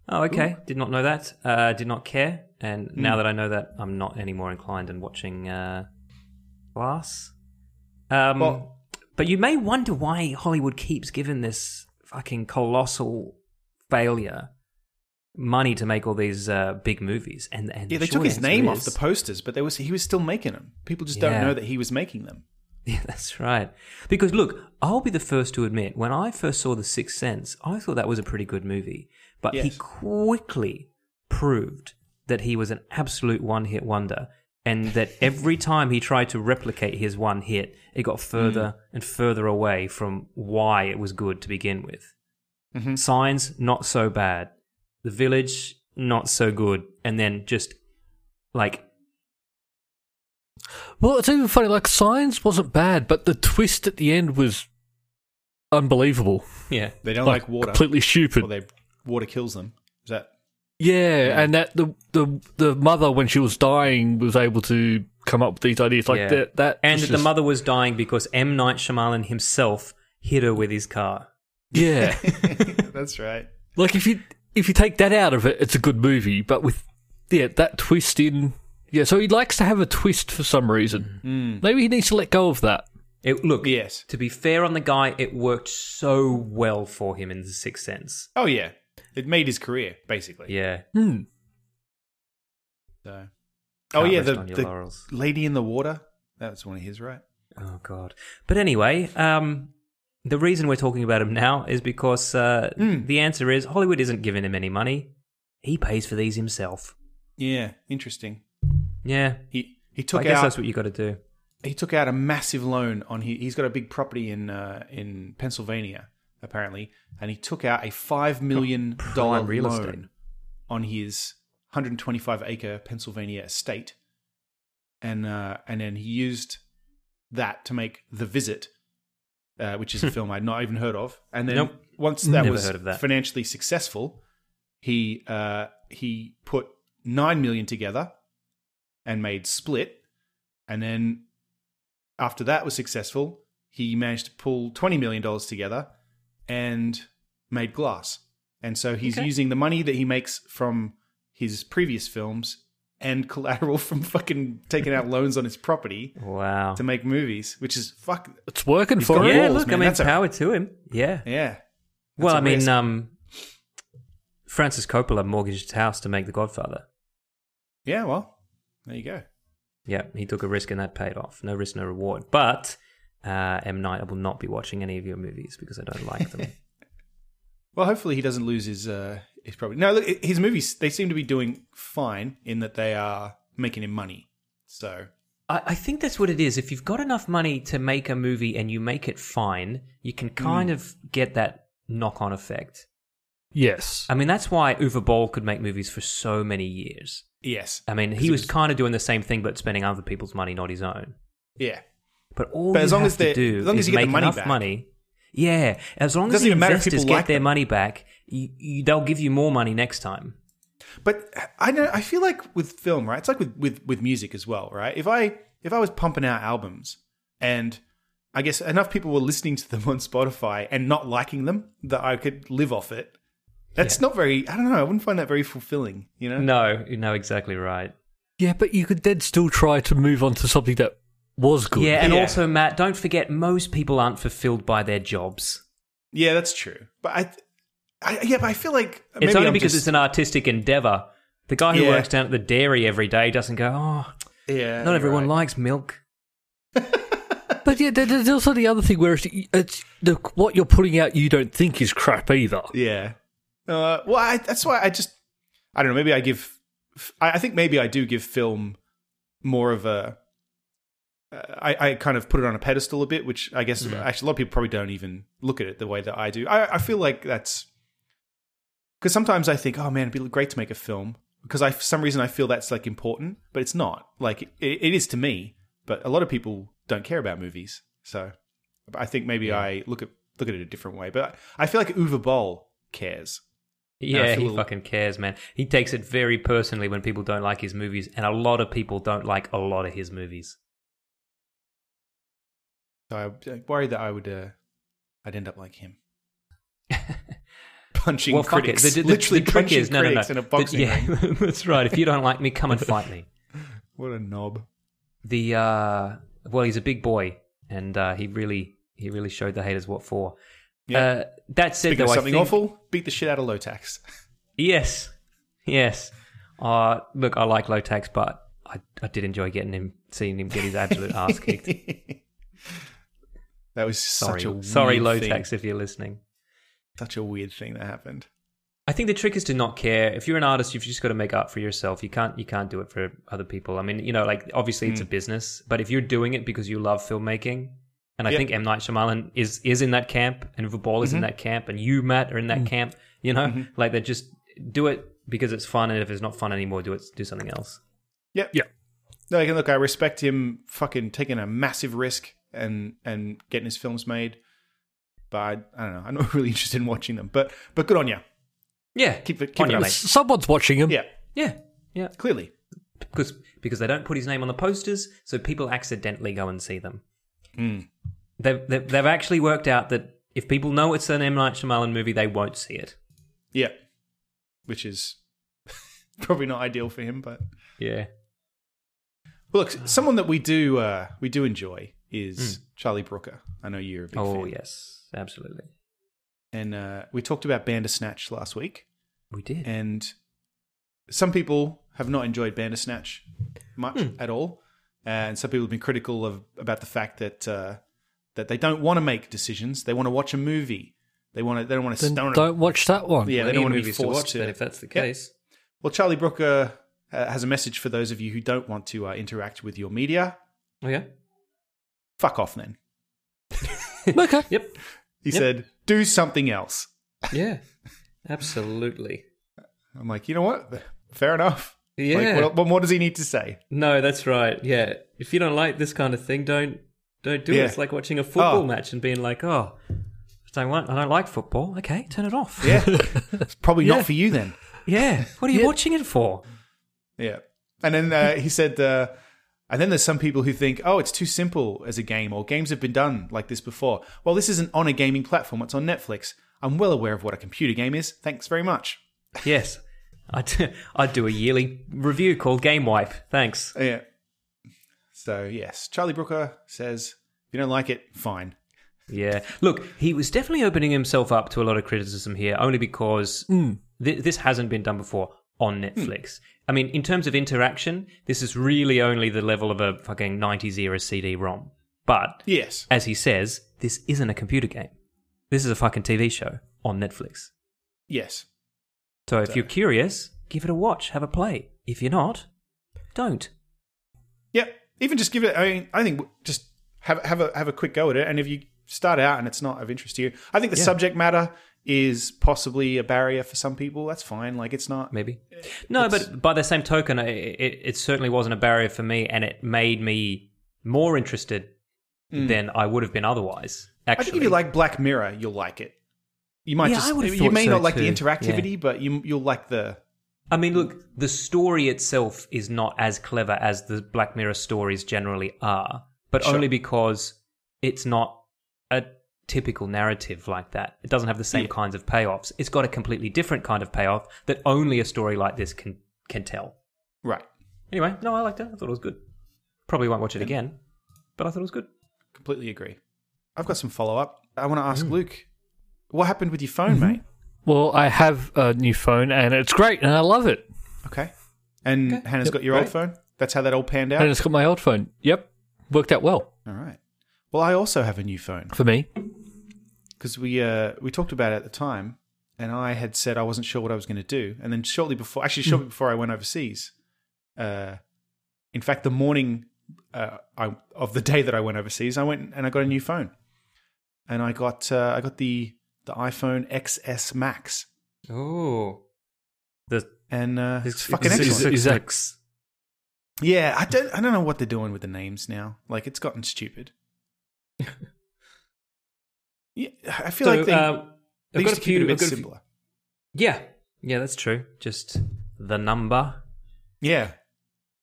Oh, okay. Did not know that. Uh, did not care. And Hmm. now that I know that, I'm not any more inclined in watching uh, Glass. Um, Well- but you may wonder why Hollywood keeps giving this fucking colossal failure money to make all these uh, big movies. And, and Yeah, the they took short his answer name off is- the posters, but there was he was still making them. People just Yeah. don't know that he was making them. Yeah, that's right. Because look, I'll be the first to admit, when I first saw The Sixth Sense, I thought that was a pretty good movie. But he Yes. quickly proved that he was an absolute one hit wonder. And that every time he tried to replicate his one hit, it got further and further away from why it was good to begin with. Signs, not so bad. The Village, not so good. And then just like Well, it's even funny. Like Signs wasn't bad, but the twist at the end was unbelievable. yeah, They don't like, water. Completely stupid. Or they water kills them. Is that yeah, and that the the the mother when she was dying was able to come up with these ideas like Yeah. that. That and was that the just- mother was dying because M Night Shyamalan himself hit her with his car. Yeah, that's right? like if you if you take that out of it, it's a good movie. But with yeah that twist in yeah, so he likes to have a twist for some reason. Mm-hmm. Hmm. Maybe he needs to let go of that. It, look, Yes. To be fair on the guy, it worked so well for him in The Sixth Sense. Oh yeah, it made his career basically. Yeah. Hmm. So. Oh Can't yeah, rest the, on your the laurels. lady in the water. That was one of his, right? Oh God. But anyway, um, the reason we're talking about him now is because uh, Hmm. the answer is Hollywood isn't giving him any money. He pays for these himself. Yeah, interesting. Yeah. He he I took guess out that's what you got to do. he took out a massive loan on he, he's got a big property in uh, in Pennsylvania apparently, and he took out a five million dollar real loan estate. on his 125 acre Pennsylvania estate, and uh, and then he used that to make The Visit, uh, which is a film I'd not even heard of. And then Nope. once that Never was heard of that. financially successful, he uh, he put nine million together and made Split. And then after that was successful, he managed to pull twenty million dollars together and made Glass. And so he's Okay. using the money that he makes from his previous films and collateral from fucking taking out loans on his property Wow. to make movies, which is fuck. It's working for got him. it. Yeah, balls, look, I man. mean, That's a- power to him. Yeah. Yeah, well, a I mean, risk. um, Francis Coppola mortgaged his house to make The Godfather. yeah. Well, there you go. Yeah, he took a risk and that paid off. No risk, no reward. But uh, M Night, I will not be watching any of your movies because I don't like them. Well, hopefully he doesn't lose his uh, his property. No, look, his movies they seem to be doing fine in that they are making him money. So I, I think that's what it is. If you've got enough money to make a movie and you make it fine, you can Hmm. kind of get that knock-on effect. Yes. I mean, that's why Uwe Boll could make movies for so many years. yes, I mean, he was kind of doing the same thing, but spending other people's money, not his own. yeah. But all But you as long have as they- to do as long is as you get the make money enough back. money. Yeah, as long as Doesn't the even matter if investors people get like their them. money back, you, you, they'll give you more money next time. But I know I feel like with film, right? It's like with with with music as well, right? If I if I was pumping out albums and I guess enough people were listening to them on Spotify and not liking them that I could live off it. That's not very. I don't know. I wouldn't find that very fulfilling. You know. No, no, exactly right. Yeah, but you could then still try to move on to something that was good. Yeah, and Yeah. also Matt, don't forget most people aren't fulfilled by their jobs. Yeah, that's true. But I, I yeah, but I feel like it's maybe only I'm because just- it's an artistic endeavor. The guy who Yeah. works down at the dairy every day doesn't go, "Oh, Yeah, not you're everyone right. likes milk." But yeah, there- there's also the other thing where it's, it's the, what you're putting out you don't think is crap either. Yeah. Uh, well, I, that's why I just I don't know. Maybe I give. I, I think maybe I do give film more of a. uh, I, I kind of put it on a pedestal a bit, which I guess actually a lot of people probably don't even look at it the way that I do. I, I feel like that's because sometimes I think, oh man, it'd be great to make a film because I for some reason I feel that's like important, but it's not. Like it, it is to me, but a lot of people don't care about movies, so but I think maybe I look at look at it a different way. But I feel like Uwe Boll cares. Yeah, That's he a little- fucking cares, man. He takes it very personally when people don't like his movies, and a lot of people don't like a lot of his movies. So I I worry that I would uh, I'd end up like him. punching well, fuck critics. it. The, the- the- Literally the trick punching is, no, no, no. critics in a boxing the, yeah, ring. that's right. If you don't like me, come and fight me. What a knob. the uh well he's a big boy and uh he really he really showed the haters what for Yeah. uh that said Speaking of though something i think awful, beat the shit out of low tax. yes yes uh look i like low tax but i i did enjoy getting him seeing him get his absolute ass kicked That was sorry such a weird sorry low thing. tax if you're listening Such a weird thing that happened. I think the trick is to not care. If you're an artist, you've just got to make art for yourself. You can't you can't do it for other people. I mean, you know, like obviously it's a business, but if you're doing it because you love filmmaking, and I Yep. think M Night Shyamalan is is in that camp, and Vibal is in that camp, and you Matt are in that camp. You know, like they just do it because it's fun, and if it's not fun anymore, do it do something else. Yep. Yeah. No, like, look, I respect him fucking taking a massive risk and and getting his films made. But I, I don't know. I'm not really interested in watching them. But but good on you. Yeah, Keep it- keep on it you, up. mate. Someone's watching him. Yeah, Yeah, yeah, clearly. because because they don't put his name on the posters, so people accidentally go and see them. Hmm. They've, they've they've actually worked out that if people know it's an M Night Shyamalan movie, they won't see it. Yeah. Which is probably not ideal for him, but Yeah, well, look, someone that we do uh, we do enjoy is Charlie Brooker. I know you're a big Oh fan. yes, absolutely. And uh, we talked about Bandersnatch last week. We did. and some people have not enjoyed Bandersnatch much at all, and some people have been critical of about the fact that uh, that they don't want to make decisions; they want to watch a movie. They want to. They don't want to. Then don't, don't watch that one. yeah, they don't want to be forced to. if that's the Yep. case. Well, Charlie Brooker uh, has a message for those of you who don't want to uh, interact with your media. Oh yeah. Fuck off, then. Okay. Yep. He Yep. said, "Do something else." Yeah. absolutely. I'm like, you know what? Fair enough. Yeah. Like, what, what more does he need to say? No, that's right. Yeah. If you don't like this kind of thing, don't Don't do Yeah. it. It's like watching a football Oh. match and being like, oh, I don't want, I don't like football. Okay, turn it off. Yeah. it's probably Yeah. not for you then. Yeah. What are you watching it for? Yeah. And then uh, he said, uh, and then there's some people who think, oh, it's too simple as a game, or games have been done like this before. Well, this isn't on a gaming platform, it's on Netflix. I'm well aware of what a computer game is. Thanks very much. Yes. I do, I do a yearly review called Game Wipe. Thanks. Yeah. So, yes, Charlie Brooker says, if you don't like it, fine. Yeah. Look, he was definitely opening himself up to a lot of criticism here, only because thi- this hasn't been done before on Netflix. I mean, in terms of interaction, this is really only the level of a fucking 90s era CD ROM. But Yes. as he says, this isn't a computer game. This is a fucking TV show on Netflix. Yes. So if you're curious, give it a watch, have a play. If you're not, don't. Yep. Even just give it. I mean, I think w- just have have a have a quick go at it, and if you start out and it's not of interest to you, I think the Yeah. subject matter is possibly a barrier for some people. That's fine. Like it's not. maybe. No, but by the same token, it, it, it certainly wasn't a barrier for me, and it made me more interested than I would have been otherwise. Actually, Hmm. I think if you like Black Mirror, you'll like it. You might Yeah, just. I would've you thought may so not like the too. interactivity, but you you'll like the. I mean, look, the story itself is not as clever as the Black Mirror stories generally are, but Sure. only because it's not a typical narrative like that. It doesn't have the same Yeah. kinds of payoffs. It's got a completely different kind of payoff that only a story like this can can tell. Right. Anyway, no, I liked it. I thought it was good. Probably won't watch it again, but I thought it was good. Completely agree. I've got some follow up. I want to ask Mm. Luke, what happened with your phone, Mm-hmm. mate? Well, I have a new phone and it's great and I love it. Okay. And Hannah's got your old phone. That's how that all panned out. And it's got my old phone. Yep. Worked out well all right. Well, I also have a new phone. for me. because we uh, we talked about it at the time, and I had said I wasn't sure what I was going to do, and then shortly before, actually Hmm. shortly before I went overseas, uh, in fact, the morning uh, I, of the day that I went overseas, I went and I got a new phone, and I got uh, I got the the iPhone XS Max, Oh, the and uh, it's fucking is- is- excellent. is that- yeah, I don't I don't know what they're doing with the names now. Like it's gotten stupid. yeah, I feel So, like they, um, they I've used got a to keep few. it a I've bit got a few- simpler. yeah, yeah, that's true. Just the number. Yeah.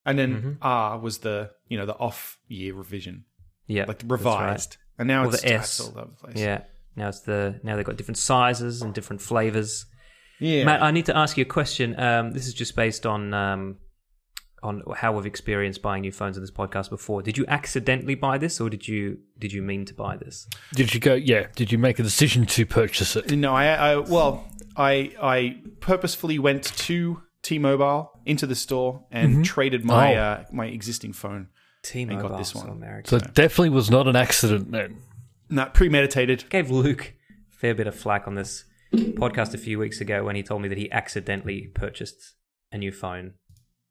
And then Mhm. R was the you know the off year revision, Yeah, like the that's revised, and now Or it's, the S. it's all over the place. Right. Yeah. Now it's the now they've got different sizes and different flavors. yeah. Matt, I need to ask you a question. Um, this is just based on um, on how we've experienced buying new phones in this podcast before. Did you accidentally buy this, or did you did you mean to buy this? Did you go? Yeah. Did you make a decision to purchase it? no, I, I well, I I purposefully went to T-Mobile into the store and Mm-hmm. traded my Oh. uh, my existing phone. T-Mobile, got this one. so American. So it definitely was not an accident then. Not premeditated. gave Luke a fair bit of flack on this podcast a few weeks ago when he told me that he accidentally purchased a new phone. I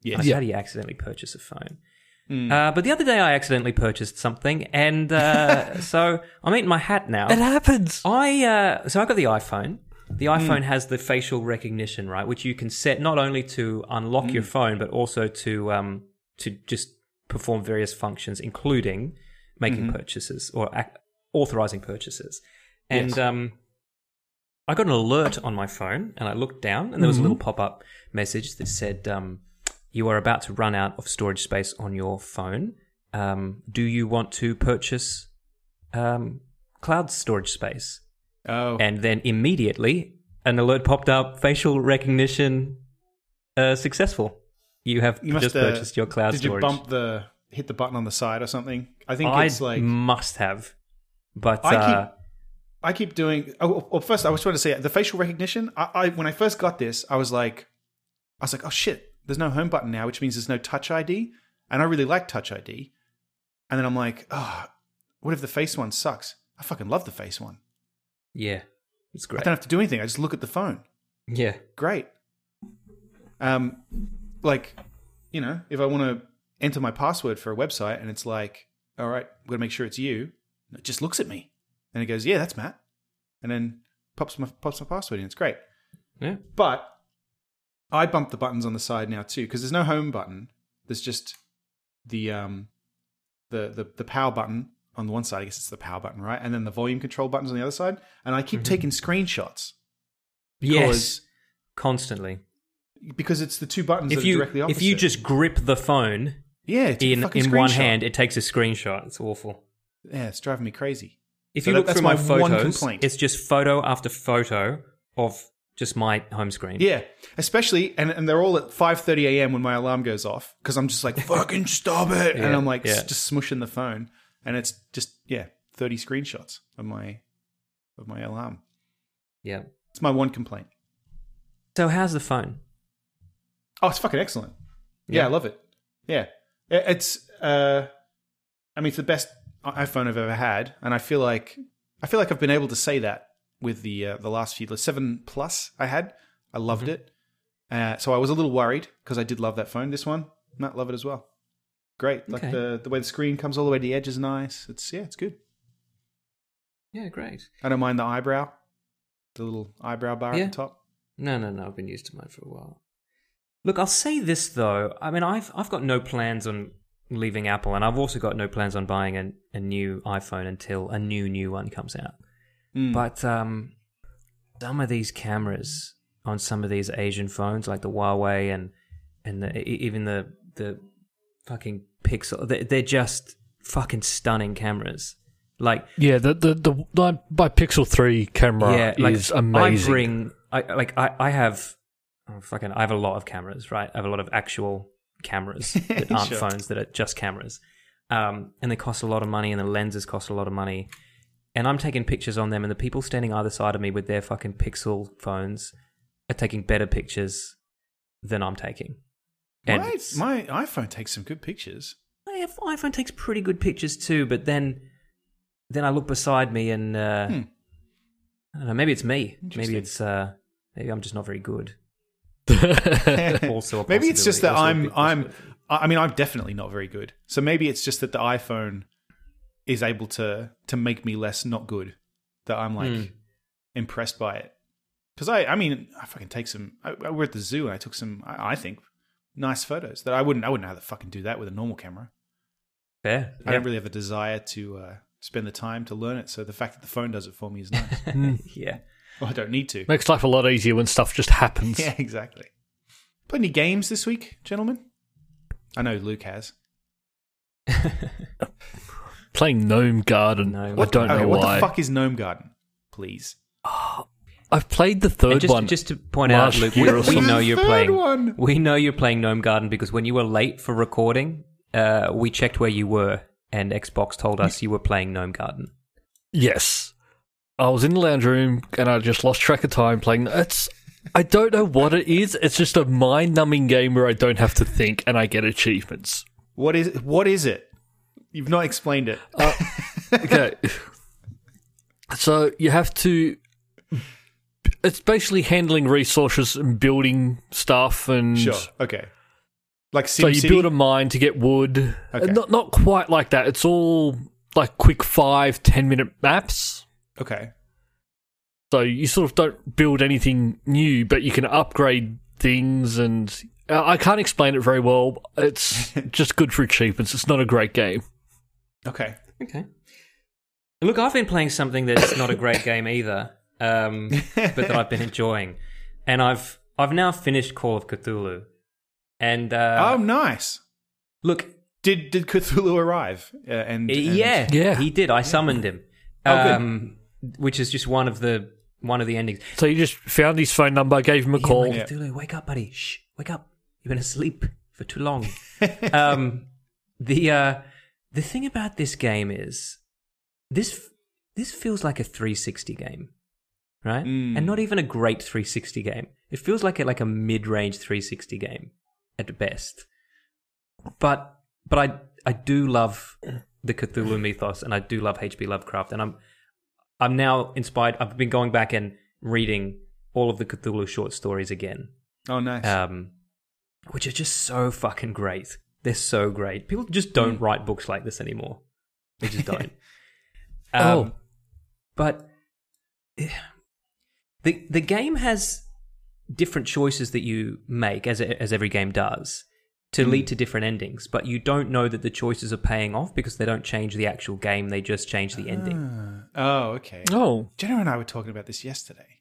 Yes. Hmm. said, Yeah. How do you accidentally purchase a phone? Uh, but the other day I accidentally purchased something, and uh, so I'm eating my hat now. It happens. I uh, so I got the iPhone. Hmm. The iPhone has the facial recognition, right, which you can set not only to unlock Hmm. your phone but also to um, to just perform various functions, including making Mm-hmm. purchases or ac- authorizing purchases. And Yes. um, I got an alert on my phone, and I looked down, and there was Mm-hmm. a little pop up message that said, um, "You are about to run out of storage space on your phone. Um, do you want to purchase um, cloud storage space?" Oh, And then immediately an alert popped up facial recognition uh, successful. You have you must just uh, purchased your cloud Did storage. you bump the hit the button on the side or something? I think I it's like must have. But I uh, keep- I keep doing. Oh, well, first I was trying to say the facial recognition. I, I when I first got this, I was like, I was like, oh shit, there's no home button now, which means there's no Touch ID, and I really like Touch ID. And then I'm like, oh, what if the face one sucks? I fucking love the face one. yeah, it's I great. don't have to do anything. I just look at the phone. Yeah. Great. Um, like, you know, if I want to enter my password for a website and it's like, all right, I'm gonna make sure it's you. and It just looks at me and it goes, yeah, that's Matt, and then pops my pops my password in. It's great. Yeah. But I bump the buttons on the side now too because there's no home button. There's just the um the the, the power button on the one side, I guess it's the power button, right? And then the volume control buttons on the other side. And I keep taking screenshots Yes, constantly. because it's the two buttons If that are you directly opposite. if you just grip the phone yeah, it's a in fucking in one screenshot. hand, it takes a screenshot. It's awful. yeah, it's driving me crazy. If So you that- look that's through my, my one photos, complaint. it's just photo after photo of just my home screen. Yeah, especially and, and they're all at five thirty a.m. when my alarm goes off because I'm just like fucking stop it, and Yeah, I'm like s- yeah. just smushing the phone, and it's just yeah, thirty screenshots of my of my alarm. yeah. It's my one complaint. So how's the phone? Oh, it's fucking excellent. Yeah, I love it. Yeah, I- it's. Uh, I mean, it's the best i- iPhone I've ever had, and I feel like I feel like I've been able to say that with the uh, the last few the seven plus I had. I loved Mm-hmm. it. Uh, so I was a little worried because I did love that phone. This one, not love it as well. Great, like Okay. the the way the screen comes all the way to the edge is nice. It's yeah, it's good. Yeah, great. I don't mind the eyebrow, the little eyebrow bar Yeah. at the top. No, no, no. I've been used to mine for a while. Look, I'll say this though. I mean, I've I've got no plans on leaving Apple, and I've also got no plans on buying a, a new iPhone until a new new one comes out. Mm. But um, some of these cameras on some of these Asian phones, like the Huawei and and the, e- even the the fucking Pixel, they- they're just fucking stunning cameras. Like Yeah, the the the, the by Pixel Three camera is amazing. I bring, I like, I, I have, oh, fucking, I have a lot of cameras, right? I have a lot of actual cameras that aren't Sure. phones that are just cameras, um, and they cost a lot of money, and the lenses cost a lot of money, and I'm taking pictures on them, and the people standing either side of me with their fucking Pixel phones are taking better pictures than I'm taking. And my, it's- my iPhone takes some good pictures. my Oh, f- iPhone takes pretty good pictures too, but then then I look beside me and uh, Hmm. I don't know, maybe it's me. Interesting. Maybe it's uh, maybe I'm just not very good. Also a maybe it's just that possibility, I'm also a big I'm I I mean I'm definitely not very good. So maybe it's just that the iPhone is able to to make me less not good that I'm like Hmm. impressed by it. Cuz I I mean I fucking take some I, I were at the zoo and I took some I, I think nice photos that I wouldn't I wouldn't know how to fucking do that with a normal camera. Fair. I don't really have a desire to uh spend the time to learn it. So the fact that the phone does it for me is nice. Hmm. yeah. well, I don't need to. Makes life a lot easier when stuff just happens. Yeah, exactly. Play any games this week, gentlemen? I know Luke has. Playing Gnome Garden. Gnome. I don't okay, know what why. the fuck is Gnome Garden? Please. I've played the third And just, one. just to point out, last Luke, we, year or we something. know you're Third playing. one. We know you're playing Gnome Garden because when you were late for recording, uh, we checked where you were, and Xbox told us you were playing Gnome Garden. Yes. I was in the lounge room and I just lost track of time playing. It's I don't know what it is. It's just a mind-numbing game where I don't have to think and I get achievements. What is what is it? You've not explained it. Uh, Okay. so you have to it's basically handling resources and building stuff and Sure. Okay. Like Mm. so you SimCity? build a mine to get wood. Okay. Not not quite like that. It's all like quick five, ten minute maps. okay. So you sort of don't build anything new, but you can upgrade things, and uh, I can't explain it very well. It's just good for achievements. It's not a great game. Okay. Okay. Look, I've been playing something that's not a great game either, um, but that I've been enjoying, and I've I've now finished Call of Cthulhu, and uh, oh, nice. look, Did did Cthulhu arrive? Uh, and, and- yeah, Yeah. he did. I summoned him, Oh, good. um, which is just one of the one of the endings. So you just found his phone number, gave him a Ian, call. wake- Cthulhu, wake up, buddy. Shh, wake up. You've been asleep for too long. um, the uh, the thing about this game is this f- this feels like a 360 game, right? Mm. And not even a great 360 game. It feels like a, like a mid range 360 game at best. But but I I do love the Cthulhu mythos, and I do love H.P. Lovecraft, and I'm I'm now inspired. I've been going back and reading all of the Cthulhu short stories again, Oh, nice. um, which are just so fucking great. They're so great. People just don't write books like this anymore. They just don't. um, Oh. but eh, the the game has different choices that you make, as as every game does, to lead to different endings, but you don't know that the choices are paying off because they don't change the actual game, they just change the ending. Oh, okay. Oh, Jenna and I were talking about this yesterday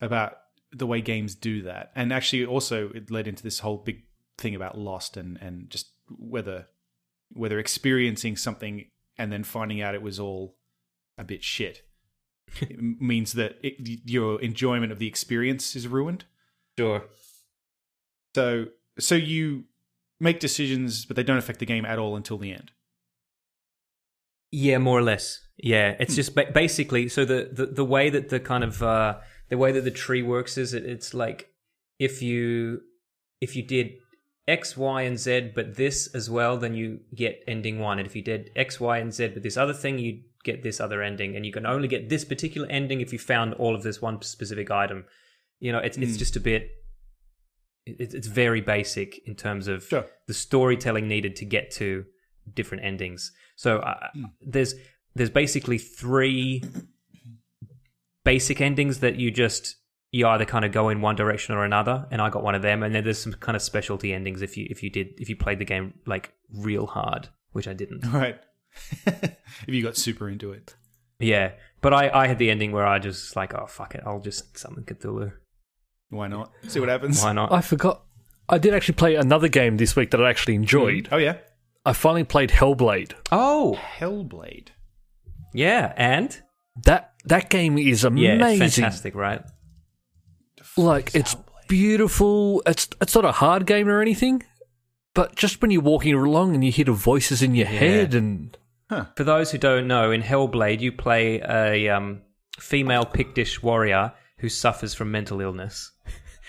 about the way games do that. And actually, also, it led into this whole big thing about Lost and, and just whether whether experiencing something and then finding out it was all a bit shit it m- means that it, y- your enjoyment of the experience is ruined. Sure. So, so you make decisions, but they don't affect the game at all until the end. Yeah, more or less. Yeah, it's just ba- basically so the, the the way that the kind of uh, the way that the tree works is it, it's like if you if you did X, Y, and Z, but this as well, then you get ending one. And if you did X, Y, and Z, but this other thing, you get this other ending. And you can only get this particular ending if you found all of this one specific item. You know, it's it's just a bit. It, it's very basic in terms of Sure. the storytelling needed to get to different endings. So uh, there's there's basically three basic endings that you just you either kind of go in one direction or another and i got one of them and then there's some kind of specialty endings if you if you did if you played the game like real hard which i didn't Right. if you got super into it. yeah but i i had the ending where i just like oh fuck it i'll just summon cthulhu Why not? See what happens. why not I forgot. I did actually play another game this week that I actually enjoyed. Hmm. Oh yeah, I finally played Hellblade. oh Hellblade. yeah and That that game is yeah amazing. it's fantastic right Like it's beautiful. It's it's not a hard game or anything, but just when you're walking along and you hear the voices in your head and for those who don't know in hellblade you play a um female pictish warrior who suffers from mental illness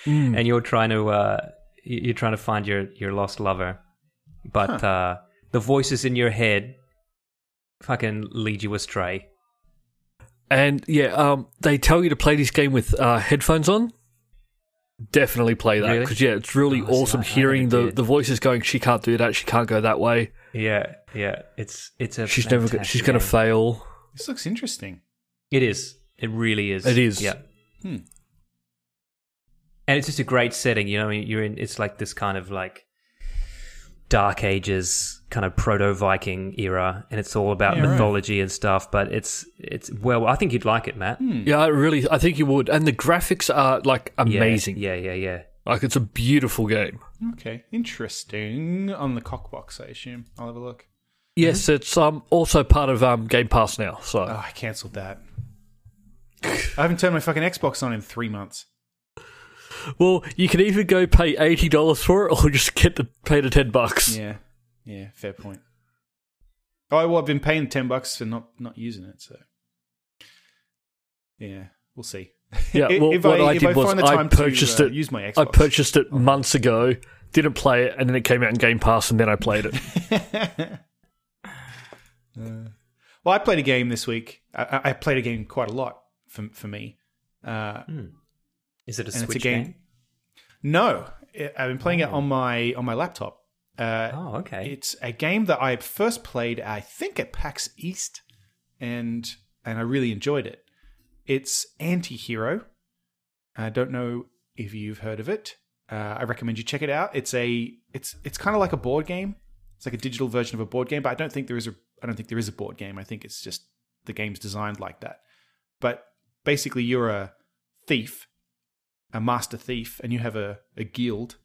Mm. and you're trying to uh, you- you're trying to find your your lost lover, but uh, the voices in your head fucking lead you astray. and yeah, um, they tell you to play this game with uh, headphones on. Definitely play that Really? because yeah, it's really Oh, see, awesome I- I hearing never the, did. the voices going. She can't do that. She can't go that way. Yeah, yeah, it's it's a She's never. go- fantastic She's going to game. fail. This looks interesting. It is. It really is. It is. Yeah. Hmm. And it's just a great setting, you know. You're in. It's like this kind of like Dark Ages kind of proto Viking era, and it's all about Yeah, right. mythology and stuff. But it's it's well, I think you'd like it, Matt. Hmm. Yeah, I really. I think you would. And the graphics are like Hmm. Yeah, amazing. Yeah, Mm-hmm. yeah, yeah. Like it's a beautiful game. Okay, interesting. On the cockbox, I assume. I'll have a look. Yes, it's um also part of um Game Pass now. So Oh, I cancelled that. I haven't turned my fucking Xbox on in three months. well, you can either go pay eighty dollars for it or just get the pay the ten bucks. Yeah, yeah, fair point. Oh well, I've been paying ten bucks for not not using it, so yeah, we'll see. Yeah, If- well, if what I- I, if did I was find the I time to, purchased uh, it. use my I Xbox. purchased it months ago. Didn't play it, and then it came out in Game Pass, and then I played it. Well, I played a game this week. I- I, I played a game quite a lot for for me. Uh, Is it a And it's a Switch game- Oh. game? No, I- I've been playing it on my on my laptop. Uh, Oh, okay. It's a game that I first played, I think, at PAX East, and and I really enjoyed it. It's Anti-Hero. I don't know if you've heard of it. Uh, I recommend you check it out. It's a it's it's kind of like a board game. It's like a digital version of a board game, but I don't think there is a I don't think there is a board game. I think it's just the game's designed like that. But basically, you're a thief, a master thief, and you have a, a guild,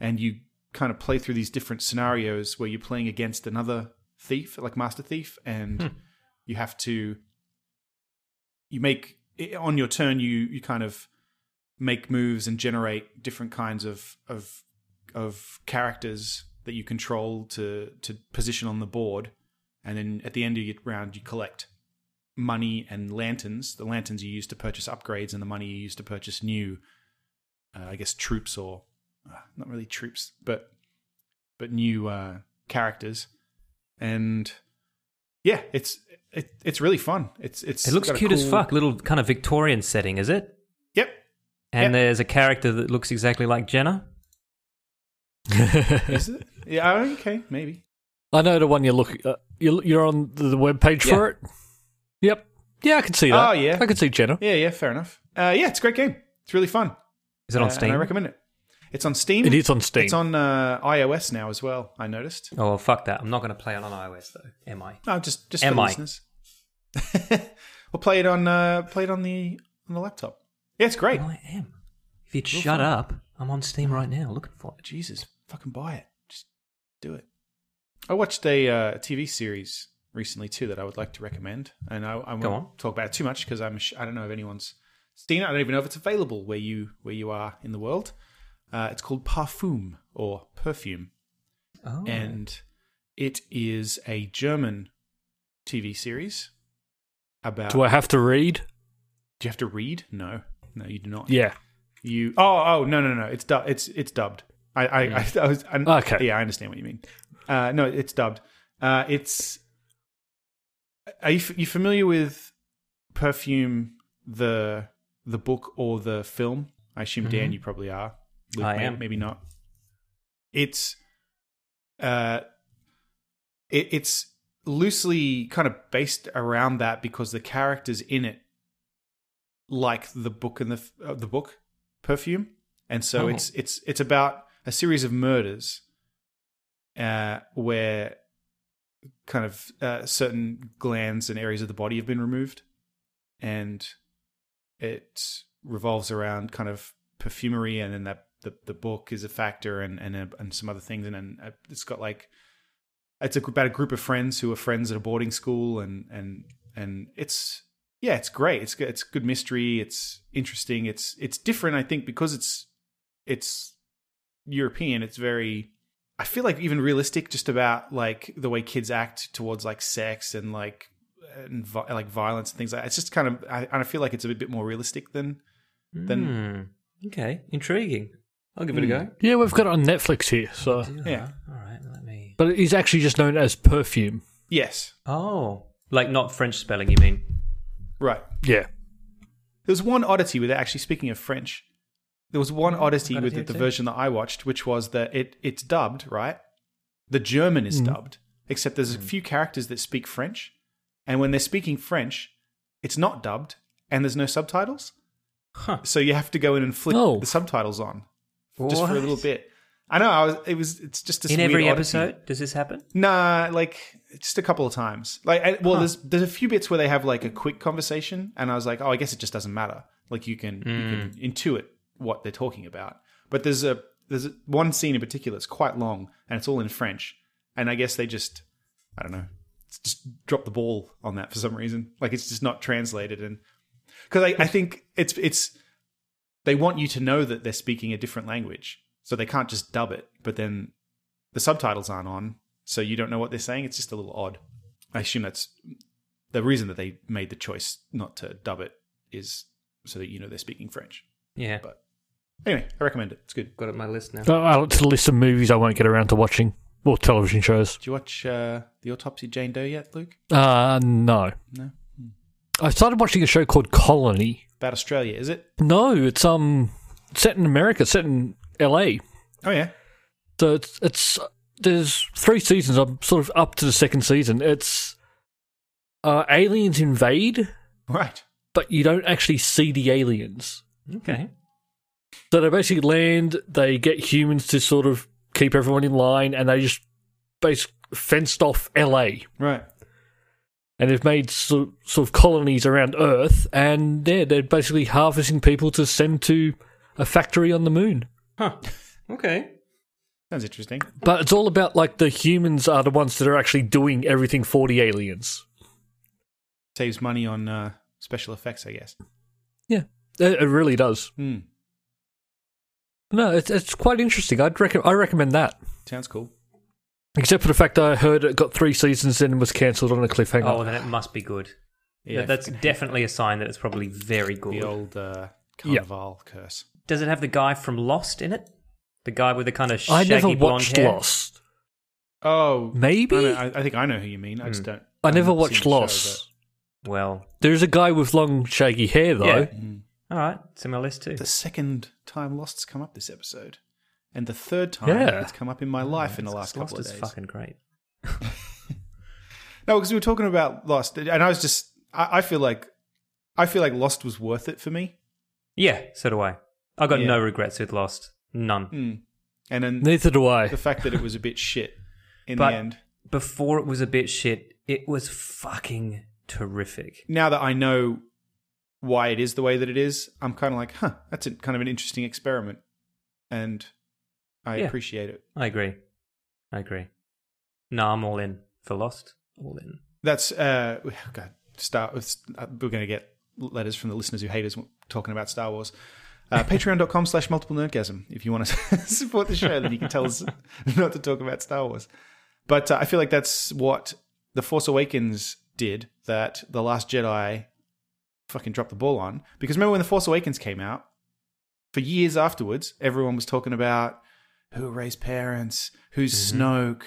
and you kind of play through these different scenarios where you're playing against another thief, like master thief, and you have to you make on your turn you you kind of make moves and generate different kinds of of of characters that you control to to position on the board and then at the end of your round you collect money and lanterns the lanterns you use to purchase upgrades and the money you use to purchase new uh, i guess troops or uh, not really troops but but new uh characters and yeah it's it, it's really fun it's it's it looks got a cute as cool- fuck. Little kind of Victorian setting, is it? yep And Yeah. there's a character that looks exactly like Jenna. is it yeah okay maybe I know the one you look. Uh, you- you're on the the web page for it. Yep. Yeah, I can see that. Oh, yeah. I can see Jenna. Yeah, yeah, fair enough. Uh, yeah, it's a great game. It's really fun. Is it on Uh, Steam? And I recommend it. It's on Steam. It is on Steam. It's on uh, iOS now as well. I noticed. Oh, well, fuck that. I'm not going to play it on iOS though. Am I? No, just just Am for I? listeners. we'll play it on uh, play it on the on the laptop. Yeah, it's great. Well, I am. If you'd shut up, I'm on Steam right now looking for it. Jesus, fucking buy it. Just do it. I watched a uh, TV series recently too that I would like to recommend, and I, I Go won't on. talk about it too much because I'm sh- I don't know if anyone's seen it. I don't even know if it's available where you where you are in the world. Uh, it's called Parfum or Perfume, Oh. and it is a German TV series about. Do I have to read? do you have to read? No, no, you do not. Yeah. You oh oh no no no it's du- it's it's dubbed. I I, I, I was I, Okay. Yeah, I understand what you mean. Uh, no, it's dubbed. Uh, it's are you f- you familiar with perfume the the book or the film? I assume Dan, you probably are. Mm-hmm. I may- am. Maybe not. It's uh, it, it's loosely kind of based around that because the characters in it like the book and the f- uh, the book perfume and so Oh. it's it's it's about a series of murders uh where kind of uh, certain glands and areas of the body have been removed and it revolves around kind of perfumery and then that the, the book is a factor and and uh, and some other things and then uh, it's got like it's about a group of friends who are friends at a boarding school and and and it's yeah it's great it's good it's good mystery it's interesting it's it's different i think because it's it's european it's very i feel like even realistic just about like the way kids act towards like sex and like and vi- like violence and things like that. it's just kind of I, and I feel like it's a bit more realistic than than Hmm. Okay, intriguing. I'll give it a go. Yeah, we've got it on Netflix here. So, Hmm. Yeah. All right, let me. but it is actually just known as perfume. yes Oh, like not French spelling, you mean? right Yeah. There's one oddity with it. Actually, speaking of French, there was one oddity got it with here the too. version that I watched, which was that it it's dubbed, right? The German is Mm. dubbed, except there's a few characters that speak French, and when they're speaking French, it's not dubbed, and there's no subtitles. Huh. So you have to go in and flick Oh. the subtitles on just for a What? little bit. I know. I was. It was. It's just this In weird every oddity. episode, does this happen? Nah, like just a couple of times. Like, I, well, Huh. there's there's a few bits where they have like a quick conversation, and I was like, oh, I guess it just doesn't matter. Like you can you can intuit what they're talking about. But there's a there's a, one scene in particular that's quite long, and it's all in French. And I guess they just I don't know, s- just drop the ball on that for some reason. Like it's just not translated, and because I, I think it's it's they want you to know that they're speaking a different language, so they can't just dub it. But then the subtitles aren't on, so you don't know what they're saying. It's just a little odd. I assume that's the reason that they made the choice not to dub it is so that you know they're speaking French. Yeah, But- Anyway, I recommend it. It's good. got it on my list now. Oh, I'll to the list of movies I won't get around to watching or television shows. Do you watch uh, the autopsy of Jane Doe yet, Luke? Uh, no. No. I started watching a show called Colony. About Australia, is it? No, it's um set in America, set in LA. Oh yeah. So it's it's there's three seasons. I'm sort of up to the second season. It's uh, aliens invade, Right. but you don't actually see the aliens. Okay. So they basically land. They get humans to sort of keep everyone in line, and they just basically fenced off LA, Right. and they've made sort sort of colonies around Earth, and yeah, they're basically harvesting people to send to a factory on the moon. Huh. Okay. Sounds interesting. But it's all about like the humans are the ones that are actually doing everything for the aliens. Saves money on uh, special effects, I guess. Yeah, it, it really does. Hmm. No, it's it's quite interesting. I'd reckon I recommend that. Sounds cool. Except for the fact that I heard it got three seasons and was cancelled on a Oh, cliffhanger. then it must be good. Yeah, That- that's fucking hate definitely a sign that it's probably very good. the old uh, carnival curse. Does it have the guy from Lost in it? The guy with the kind of I shaggy never blonde watched hair? Lost. Oh, Maybe? Hmm. I, know- I- I think I know who you mean. I just don't. I I've never not seen the watched show, Lost. Well, There's a guy with long shaggy hair though. Yeah. Mm. all right, it's in my list too. but The second time Lost's come up this episode, and the third time Yeah. it's come up in my life in the last Lost couple of is days. fucking great. No, because we were talking about Lost, and I was just. I, I feel like, I feel like Lost was worth it for me. Yeah, so do I. I got Yeah. no regrets with Lost. None. Hmm. And then Neither do I. the fact that it was a bit shit in But- the end. Before it was a bit shit, it was fucking terrific. Now that I know why it is the way that it is, I'm kind of like, huh, that's a, kind of an interesting experiment, and I Yeah. appreciate it. I agree. I agree. No, I'm all in for Lost. All in. That's uh, we- oh, God, Star. it's- uh, We're going to get letters from the listeners who hate us talking about Star Wars. Uh, Patreon.com slash multiple nerdgasm if you want to support the show, then you can tell us not to talk about Star Wars. But uh, I feel like that's what The Force Awakens did that The Last Jedi fucking dropped the ball on. Because remember when The Force Awakens came out, for years afterwards, everyone was talking about who raised parents, who's Snoke,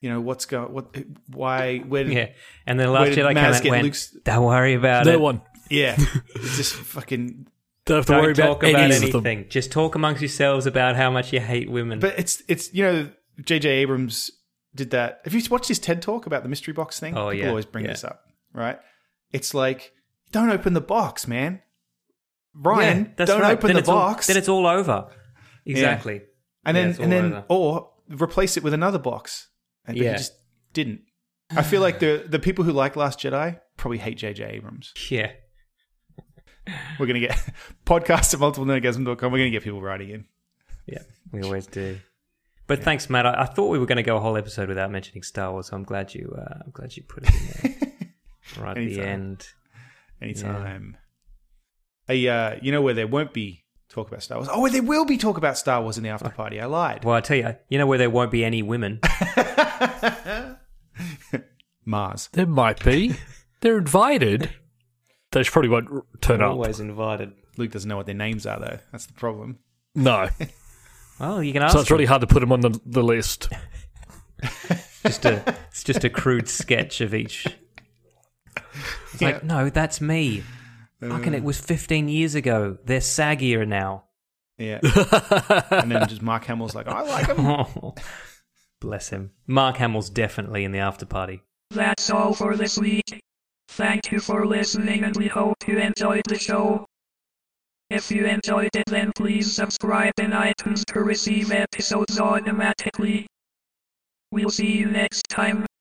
you know, what's going, what, why, where did, Yeah. And then the last Where did Jedi came Maz out and get went, Luke's- don't worry about No it. one. Yeah, it's just fucking. Don't have to Don't worry talk about, about, any of them. anything. Just talk amongst yourselves about how much you hate women. But it's it's you know J.J. Abrams did that. Have you watched his TED talk about the mystery box thing? Oh, People yeah, always bring yeah. this up, right? It's like don't open the box, man. Brian, Yeah, that's don't right. open Then the it's all- box, then it's all over. Exactly. and yeah, then it's and all then over. or replace it with another box. And but he Yeah. just didn't. I feel like the the people who like Last Jedi probably hate J.J. Abrams. Yeah. We're gonna get podcast at multiplenergasm.com. We're gonna get people writing in. Yeah. We always do. But thanks, Matt. I, I thought we were going to go a whole episode without mentioning Star Wars, so I'm glad you. Uh, I'm glad you put it in there right at the Anytime. end. anytime. Hey, uh, you know where there won't be talk about Star Wars? Oh, there will be talk about Star Wars in the after party. I lied. Well, I tell you, you know where there won't be any women. Mars. There might be. They're invited. They just probably won't r- turn up. always invited. Luke doesn't know what their names are, though. That's the problem. No. Oh, you can ask. So it's really hard to put them on the, the list. just a. It's just a crude sketch of each. It's like, no, that's me. Fucking, it was 15 years ago. They're saggier now. Yeah. and then just Mark Hamill's like, I like him. Oh, bless him. Mark Hamill's definitely in the after party. That's all for this week. Thank you for listening and we hope you enjoyed the show. If you enjoyed it then please subscribe in iTunes to receive episodes automatically. We'll see you next time.